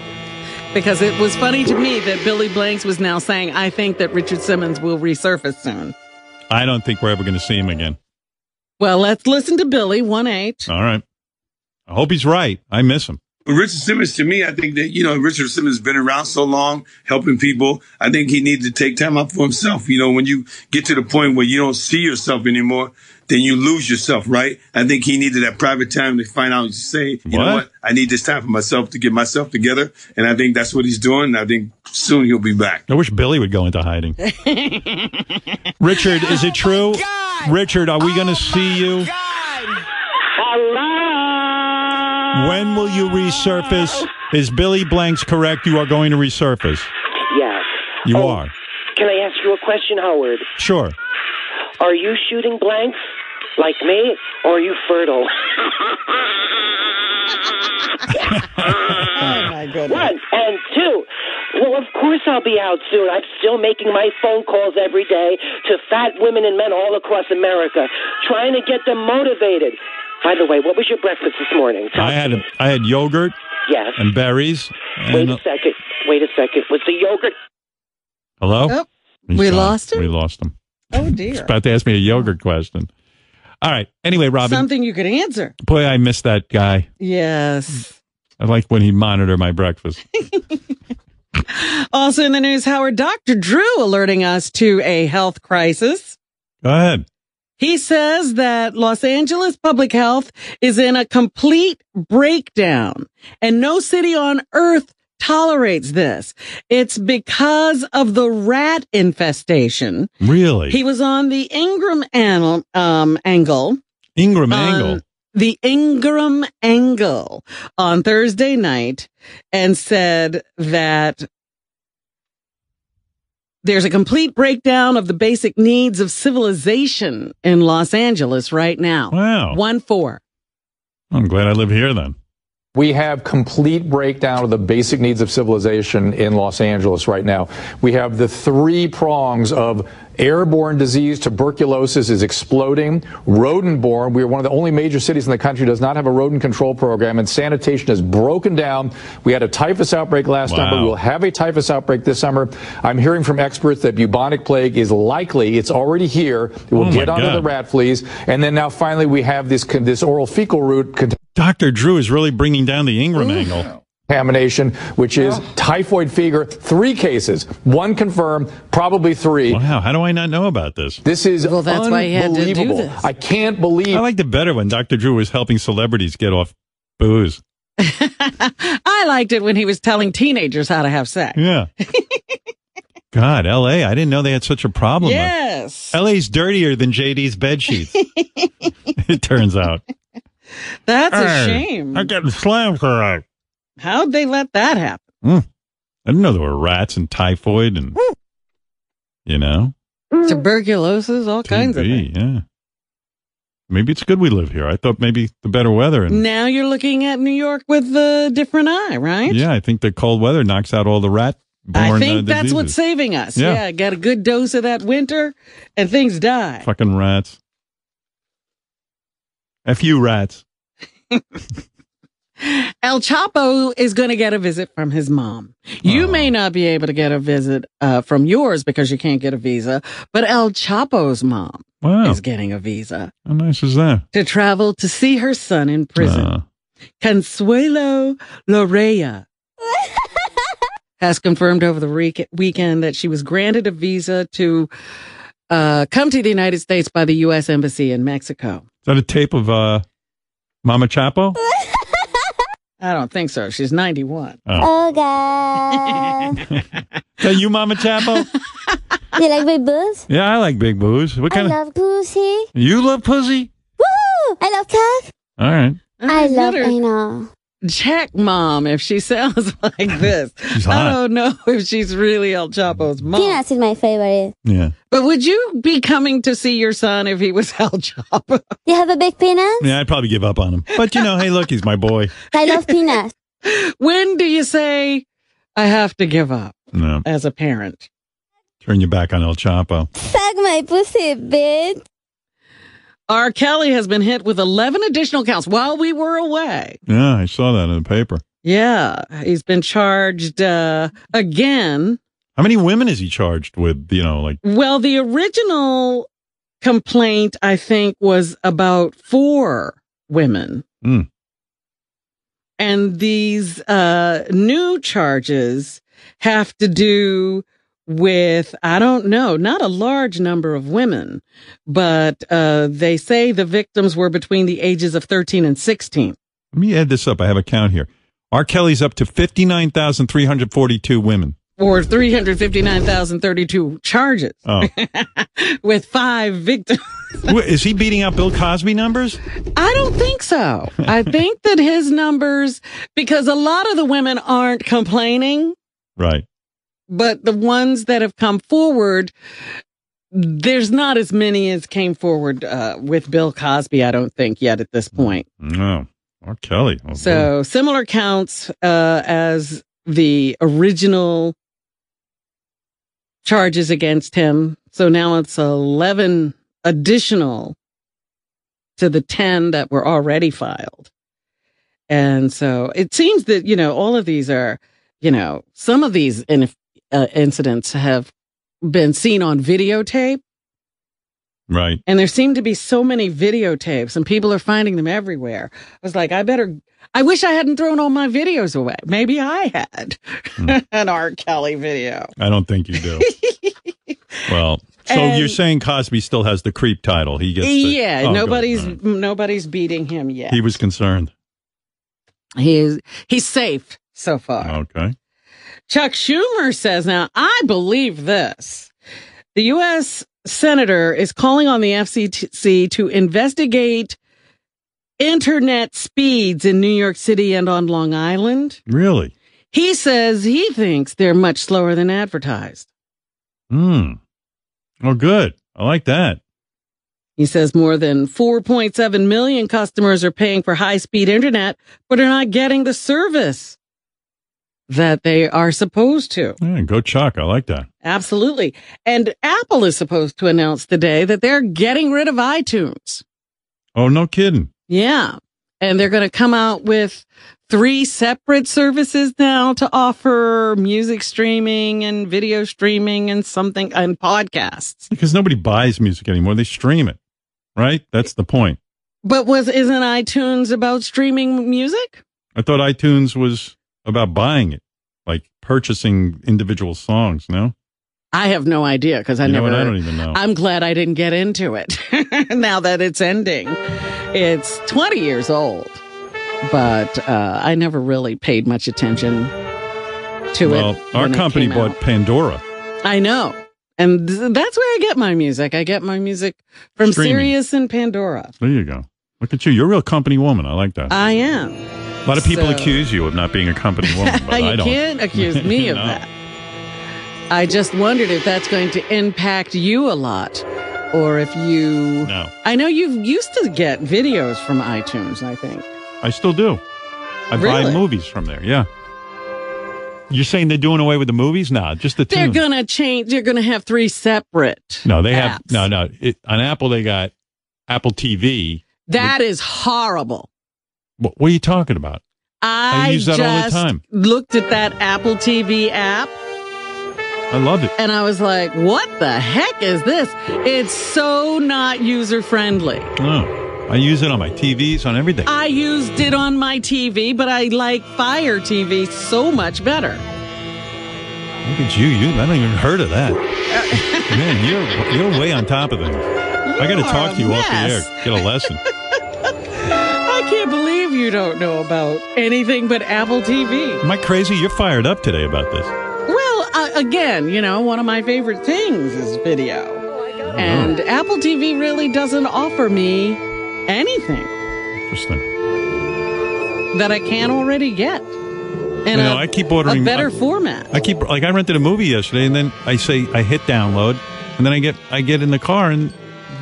[SPEAKER 1] Because it was funny to me that Billy Blanks was now saying, I think that Richard Simmons will resurface soon.
[SPEAKER 3] I don't think we're ever going to see him again.
[SPEAKER 1] Well, let's listen to Billy, 1 8.
[SPEAKER 3] All right. I hope he's right. I miss him.
[SPEAKER 18] Richard Simmons, to me, I think that, you know, Richard Simmons has been around so long helping people. I think he needs to take time out for himself. You know, when you get to the point where you don't see yourself anymore, then you lose yourself, right? I think he needed that private time to find out, say, you know
[SPEAKER 3] What?
[SPEAKER 18] what? I need this time for myself to get myself together. And I think that's what he's doing. And I think soon he'll be back.
[SPEAKER 3] I wish Billy would go into hiding. Richard, is it true? Richard, are we going to see you? When will you resurface? Is Billy Blanks correct? You are going to resurface.
[SPEAKER 19] Yeah.
[SPEAKER 3] You are.
[SPEAKER 19] Oh. Can I ask you a question, Howard?
[SPEAKER 3] Sure.
[SPEAKER 19] Are you shooting blanks like me, or are you fertile?
[SPEAKER 1] oh my goodness! Oh,
[SPEAKER 19] One and two. Well, Oh, of course I'll be out soon. I'm still making my phone calls every day to fat women and men all across America, trying to get them motivated. By the way, what was your breakfast this morning?
[SPEAKER 3] I had a, I had yogurt
[SPEAKER 19] Yes.
[SPEAKER 3] and berries.
[SPEAKER 19] Wait
[SPEAKER 3] And,
[SPEAKER 19] a second. Wait a second. Was the
[SPEAKER 20] <laughs>
[SPEAKER 19] yogurt?
[SPEAKER 3] hello?
[SPEAKER 1] Oh,
[SPEAKER 3] He's
[SPEAKER 1] we
[SPEAKER 3] gone.
[SPEAKER 1] lost him?
[SPEAKER 3] We lost him.
[SPEAKER 1] Oh,
[SPEAKER 3] He's
[SPEAKER 1] dear.
[SPEAKER 3] about to ask me a yogurt question. All right. Anyway, Robin,
[SPEAKER 1] Something you could answer.
[SPEAKER 3] boy, I miss that guy.
[SPEAKER 1] Yes.
[SPEAKER 3] I like when he monitored my breakfast.
[SPEAKER 1] Also in the news, Howard, Dr. Drew alerting us to a health crisis.
[SPEAKER 3] Go ahead.
[SPEAKER 1] He says that Los Angeles public health is in a complete breakdown and no city on earth tolerates this. It's because of the rat infestation.
[SPEAKER 3] Really?
[SPEAKER 1] He was on the Ingram anal, um, angle.
[SPEAKER 3] Ingram
[SPEAKER 1] on-
[SPEAKER 3] Angle.
[SPEAKER 1] The Ingram angle on Thursday night and said that there's a complete breakdown of the basic needs of civilization in Los Angeles right now.
[SPEAKER 3] Wow.
[SPEAKER 1] One four. <laughs>
[SPEAKER 3] I'm glad I live here then.
[SPEAKER 21] We have complete breakdown of the basic needs of civilization in Los Angeles right now. We have the three prongs of airborne disease, tuberculosis is exploding, rodent-borne. We are one of the only major cities in the country that does not have a rodent control program, and sanitation is broken down. We had a typhus outbreak last time, but
[SPEAKER 3] Wow.
[SPEAKER 21] we'll have a typhus outbreak this summer. I'm hearing from experts that bubonic plague is likely. It's already here. It will
[SPEAKER 3] Oh, my
[SPEAKER 21] get onto
[SPEAKER 3] God.
[SPEAKER 21] the rat fleas, and then now finally we have this con- this oral fecal route. Cont-
[SPEAKER 3] Dr. Drew is really bringing down the Ingram angle.
[SPEAKER 21] contamination, which is typhoid fever. Three cases, one confirmed, probably three.
[SPEAKER 3] Wow, how do I not know about this?
[SPEAKER 21] This is
[SPEAKER 3] Well,
[SPEAKER 1] that's why he had to do
[SPEAKER 21] unbelievable.
[SPEAKER 1] this.
[SPEAKER 21] I can't believe.
[SPEAKER 3] I liked it better when Dr. Drew was helping celebrities get off booze.
[SPEAKER 1] I liked it when he was telling teenagers how to have sex. <laughs>
[SPEAKER 3] Yeah. God, L.A. I didn't know they had such a problem.
[SPEAKER 1] Yes.
[SPEAKER 3] L.A.'s dirtier than
[SPEAKER 1] <laughs>
[SPEAKER 3] J.D.'s bedsheets. it turns out.
[SPEAKER 1] That's a
[SPEAKER 3] Hey,
[SPEAKER 1] shame.
[SPEAKER 3] I'm getting slammed for that.
[SPEAKER 1] How'd they let that happen?
[SPEAKER 3] Mm. I didn't know there were rats and typhoid and, you know,
[SPEAKER 1] Tuberculosis, all kinds of things.
[SPEAKER 3] TB, yeah. Maybe it's good we live here. I thought maybe the better weather. And
[SPEAKER 1] Now you're looking at New York with a different eye, right?
[SPEAKER 3] yeah, I think the cold weather knocks out all the uh, rat born
[SPEAKER 1] I think that's what's saving us.
[SPEAKER 3] Yeah.
[SPEAKER 1] Yeah. got a good dose of that winter and things die.
[SPEAKER 3] Fucking rats. A few rats.
[SPEAKER 1] El Chapo is going to get a visit from his mom.
[SPEAKER 3] Oh.
[SPEAKER 1] You may not be able to get a visit uh, from yours because you can't get a visa, but El Chapo's mom
[SPEAKER 3] Wow.
[SPEAKER 1] is getting a visa
[SPEAKER 3] How nice is that?
[SPEAKER 1] to travel to see her son in prison.
[SPEAKER 3] Uh,
[SPEAKER 1] Consuelo
[SPEAKER 3] <laughs>
[SPEAKER 1] Lorea has confirmed over the week- weekend that she was granted a visa to uh, come to the United States by the U.S. Embassy in Mexico.
[SPEAKER 3] is that a tape of uh, Mama Chapo?
[SPEAKER 1] I don't think so. She's 91.
[SPEAKER 3] Oh.
[SPEAKER 20] God.
[SPEAKER 3] Is that you,
[SPEAKER 1] <laughs>
[SPEAKER 3] Mama Chapo?
[SPEAKER 20] you like my booze?
[SPEAKER 3] yeah, I like big booze. What
[SPEAKER 20] I
[SPEAKER 3] kind of?
[SPEAKER 20] love pussy.
[SPEAKER 3] you love pussy?
[SPEAKER 20] Woo! I love cock.
[SPEAKER 3] All right.
[SPEAKER 20] I love
[SPEAKER 1] better-
[SPEAKER 20] anal.
[SPEAKER 1] Check mom if she <laughs> sounds like this.
[SPEAKER 3] hot.
[SPEAKER 1] I don't know <laughs> if she's really El Chapo's mom.
[SPEAKER 20] Peanuts is my favorite.
[SPEAKER 3] Yeah.
[SPEAKER 1] But would you be coming to see your son if he was <laughs> El Chapo?
[SPEAKER 20] You have a big peanut?
[SPEAKER 3] Yeah, I'd probably give up on him. But you know, hey, look, he's my boy. <laughs>
[SPEAKER 20] I love peanuts.
[SPEAKER 1] When do you say, I have to give up
[SPEAKER 3] No,
[SPEAKER 1] as a parent?
[SPEAKER 3] turn your back on El Chapo.
[SPEAKER 20] Suck my pussy, bitch.
[SPEAKER 1] R. Kelly has been hit with 11 additional counts while we were away.
[SPEAKER 3] Yeah, I saw that in the paper.
[SPEAKER 1] Yeah, he's been charged uh, again.
[SPEAKER 3] How many women is he charged with? You know, like
[SPEAKER 1] Well, the original complaint, I think, was about four women.
[SPEAKER 3] Mm.
[SPEAKER 1] And these uh, new charges have to do with, I don't know, not a large number of women, but uh, they say the victims were between the ages of 13 and 16.
[SPEAKER 3] Let me add this up. I have a count here. R. Kelly's up to 59,342 women.
[SPEAKER 1] Or 359,032 charges
[SPEAKER 3] Oh.
[SPEAKER 1] <laughs> with five victims.
[SPEAKER 3] Wh- Is he beating out Bill Cosby numbers?
[SPEAKER 1] I don't think so. I think that his numbers, because a lot of the women aren't complaining,
[SPEAKER 3] Right.
[SPEAKER 1] but the ones that have come forward, there's not as many as came forward uh, with Bill Cosby, I don't think, yet at this point.
[SPEAKER 3] No. R. Kelly. Oh, boy.
[SPEAKER 1] So similar counts uh, as the original charges against him. So now it's 11 additional to the 10 that were already filed. And so it seems that, you know, all of these are, you know, some of these in, uh, incidents have been seen on videotape.
[SPEAKER 3] Right.
[SPEAKER 1] And there seem to be so many videotapes and people are finding them everywhere. I was like, I better, I wish I hadn't thrown all my videos away. Maybe I had
[SPEAKER 3] Hmm.
[SPEAKER 1] <laughs> an R. Kelly video.
[SPEAKER 3] I don't think
[SPEAKER 1] <laughs>
[SPEAKER 3] you do. well, so
[SPEAKER 1] And-
[SPEAKER 3] you're saying Cosby still has the creep title? He gets. The,
[SPEAKER 1] yeah,
[SPEAKER 3] Oh, good.
[SPEAKER 1] nobody's, nobody's beating him yet.
[SPEAKER 3] He was concerned.
[SPEAKER 1] He is, he's safe so far.
[SPEAKER 3] Okay.
[SPEAKER 1] Chuck Schumer says now, I believe this. The U.S. Senator is calling on the FCC to investigate internet speeds in New York City and on Long Island.
[SPEAKER 3] Really?
[SPEAKER 1] He says he thinks they're much slower than advertised.
[SPEAKER 3] Hmm. Oh, good. I like that.
[SPEAKER 1] He says more than 4.7 million customers are paying for high speed internet, but are not getting the service that they are supposed to.
[SPEAKER 3] Yeah, go Chuck. I like that.
[SPEAKER 1] Absolutely. And Apple is supposed to announce today that they're getting rid of iTunes.
[SPEAKER 3] Oh, no kidding.
[SPEAKER 1] Yeah. And they're going to come out with three separate services now to offer music streaming and video streaming and something and podcasts.
[SPEAKER 3] Because nobody buys music anymore; they stream it. Right. That's the point.
[SPEAKER 1] But was isn't iTunes about streaming music?
[SPEAKER 3] I thought iTunes was about buying it, like purchasing individual songs. No.
[SPEAKER 1] I have no idea because I
[SPEAKER 3] You know
[SPEAKER 1] never.
[SPEAKER 3] what? I don't even know.
[SPEAKER 1] I'm glad I didn't get into it. <laughs> now that it's ending, it's 20 years old, but uh, I never really paid much attention to
[SPEAKER 3] well,
[SPEAKER 1] it.
[SPEAKER 3] our
[SPEAKER 1] when it
[SPEAKER 3] company
[SPEAKER 1] came
[SPEAKER 3] bought
[SPEAKER 1] out.
[SPEAKER 3] Pandora.
[SPEAKER 1] I know, and th- that's where I get my music. I get my music from
[SPEAKER 3] Streaming.
[SPEAKER 1] Sirius and Pandora.
[SPEAKER 3] There you go. Look at you. You're a real company woman. I like that.
[SPEAKER 1] I am.
[SPEAKER 3] a lot of people
[SPEAKER 1] so-
[SPEAKER 3] accuse you of not being a company
[SPEAKER 1] <laughs>
[SPEAKER 3] woman, but
[SPEAKER 1] Uh, you
[SPEAKER 3] I don't.
[SPEAKER 1] can't
[SPEAKER 3] <laughs>
[SPEAKER 1] accuse me of
[SPEAKER 3] No.
[SPEAKER 1] that. I just wondered if that's going to impact you a lot, or if you.
[SPEAKER 3] No.
[SPEAKER 1] I know you've used to get videos from iTunes. I think.
[SPEAKER 3] I still do. I buy
[SPEAKER 1] Really?
[SPEAKER 3] movies from there. Yeah. You're saying they're doing away with the movies? Nah, just the
[SPEAKER 1] They're
[SPEAKER 3] tunes.
[SPEAKER 1] gonna change. They're gonna have three separate.
[SPEAKER 3] Hmm. no, they have
[SPEAKER 1] apps.
[SPEAKER 3] no, no. It, on Apple, they got Apple TV.
[SPEAKER 1] That is horrible.
[SPEAKER 3] What, what are you talking about?
[SPEAKER 1] I,
[SPEAKER 3] use that
[SPEAKER 1] just
[SPEAKER 3] all the time.
[SPEAKER 1] looked at that Apple TV app
[SPEAKER 3] I love it.
[SPEAKER 1] and I was like, "What the heck is this? It's so not user friendly."
[SPEAKER 3] Oh, I use it on my TVs, on everything.
[SPEAKER 1] I used it on my TV, but I like Fire TV so much better.
[SPEAKER 3] Look at you. You. I don't even heard
[SPEAKER 1] <laughs>
[SPEAKER 3] of that. Man, you're you're way on top of things. I got to
[SPEAKER 1] are
[SPEAKER 3] talk
[SPEAKER 1] a
[SPEAKER 3] to you off the
[SPEAKER 1] mess.
[SPEAKER 3] air. Get a lesson.
[SPEAKER 1] I can't believe you don't know about anything but Apple TV.
[SPEAKER 3] Am I crazy? You're fired up today about this.
[SPEAKER 1] Well, uh, again, you know, one of my favorite things is video. And Apple TV really doesn't offer me anything
[SPEAKER 3] Interesting.
[SPEAKER 1] that I can't already get.
[SPEAKER 3] You
[SPEAKER 1] And
[SPEAKER 3] know, I keep ordering
[SPEAKER 1] a better
[SPEAKER 3] I-
[SPEAKER 1] format.
[SPEAKER 3] I keep like I rented a movie yesterday, and then I say I hit download, and then I get I get in the car, and the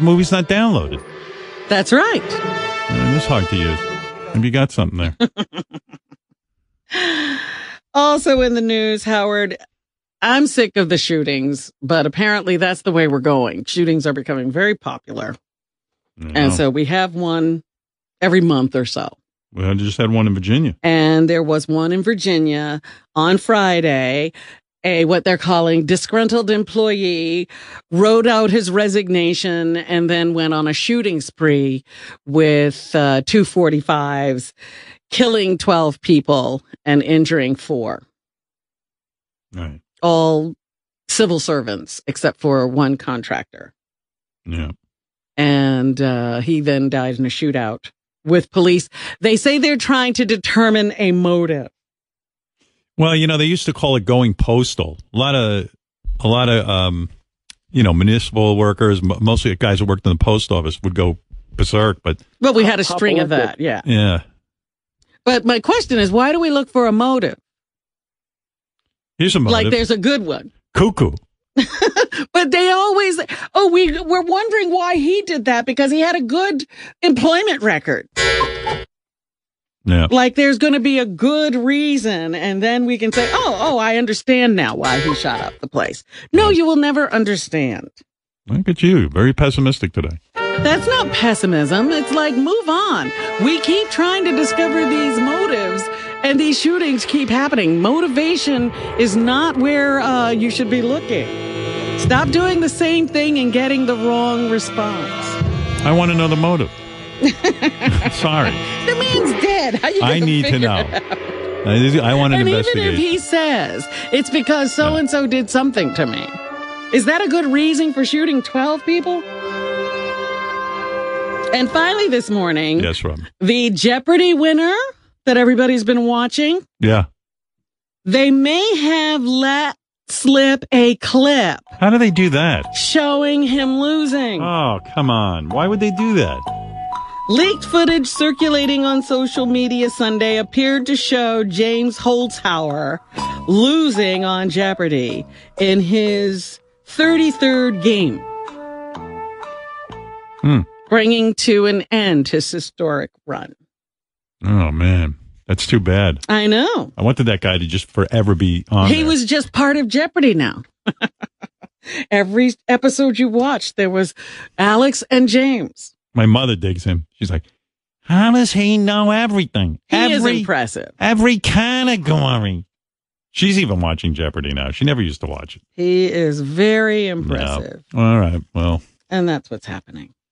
[SPEAKER 3] movie's not downloaded.
[SPEAKER 1] That's right.
[SPEAKER 3] And it's hard to use. Have you got something
[SPEAKER 1] <laughs>
[SPEAKER 3] there?
[SPEAKER 1] Also in the news, Howard, I'm sick of the shootings, but apparently that's the way we're going. Shootings are becoming very popular. And so we have one every month or so.
[SPEAKER 3] Well, I just had one in Virginia.
[SPEAKER 1] And there was one in Virginia on Friday. A what they're calling disgruntled employee wrote out his resignation and then went on a shooting spree with uh, two 45s, killing 12 people and injuring four.
[SPEAKER 3] Right.
[SPEAKER 1] All civil servants except for one contractor.
[SPEAKER 3] Yeah.
[SPEAKER 1] And uh, he then died in a shootout with police. They say they're trying to determine a motive.
[SPEAKER 3] Well, you know they used to call it going postal. A lot of a lot of um, you know municipal workers, m- mostly guys who worked in the post office, would go berserk. But
[SPEAKER 1] Well, we had a string of that, yeah.
[SPEAKER 3] yeah,
[SPEAKER 1] But my question is, why do we look for a motive?
[SPEAKER 3] here's a motive.
[SPEAKER 1] Like there's a good one.
[SPEAKER 3] cuckoo.
[SPEAKER 1] But they always, oh, we, we're wondering why he did that because he had a good employment record.
[SPEAKER 3] Yeah.
[SPEAKER 1] Like there's going to be a good reason, and then we can say, "Oh, oh, I understand now why he shot up the place." No, you will never understand.
[SPEAKER 3] Look at you. Very pessimistic today.
[SPEAKER 1] That's not pessimism. It's like move on. We keep trying to discover these motives, and these shootings keep happening. Motivation is not where uh, you should be looking. Stop doing the same thing and getting the wrong response.
[SPEAKER 3] I want to know
[SPEAKER 1] <laughs>
[SPEAKER 3] the motive. Sorry.
[SPEAKER 1] The man's dead. How you
[SPEAKER 3] I
[SPEAKER 1] gonna
[SPEAKER 3] need to
[SPEAKER 1] figure
[SPEAKER 3] know.
[SPEAKER 1] it out?
[SPEAKER 3] I I want an
[SPEAKER 1] and even if
[SPEAKER 3] investigation.
[SPEAKER 1] he says it's because so and so did something to me, is that a good reason for shooting 12 people? And finally, this morning,
[SPEAKER 3] Yes, Rob.
[SPEAKER 1] the Jeopardy winner that everybody's been watching,
[SPEAKER 3] Yeah.
[SPEAKER 1] they may have let slip a clip
[SPEAKER 3] How do they do that?
[SPEAKER 1] showing him losing.
[SPEAKER 3] Oh, come on. Why would they do that?
[SPEAKER 1] Leaked footage circulating on social media Sunday appeared to show James Holzhauer losing on Jeopardy in his 33rd game,
[SPEAKER 3] Hmm.
[SPEAKER 1] bringing to an end his historic run.
[SPEAKER 3] Oh, man. That's too bad.
[SPEAKER 1] I know.
[SPEAKER 3] I wanted that guy to just forever be on.
[SPEAKER 1] He
[SPEAKER 3] there.
[SPEAKER 1] was just part of Jeopardy <laughs> now. Every episode you watched, there was Alex and James.
[SPEAKER 3] My mother digs him. She's like, how does he know everything?
[SPEAKER 1] He is
[SPEAKER 3] Every-
[SPEAKER 1] impressive.
[SPEAKER 3] Every category. She's even watching Jeopardy now. She never used to watch it.
[SPEAKER 1] He is very
[SPEAKER 3] No.
[SPEAKER 1] impressive.
[SPEAKER 3] All right. Well,
[SPEAKER 1] And that's what's happening.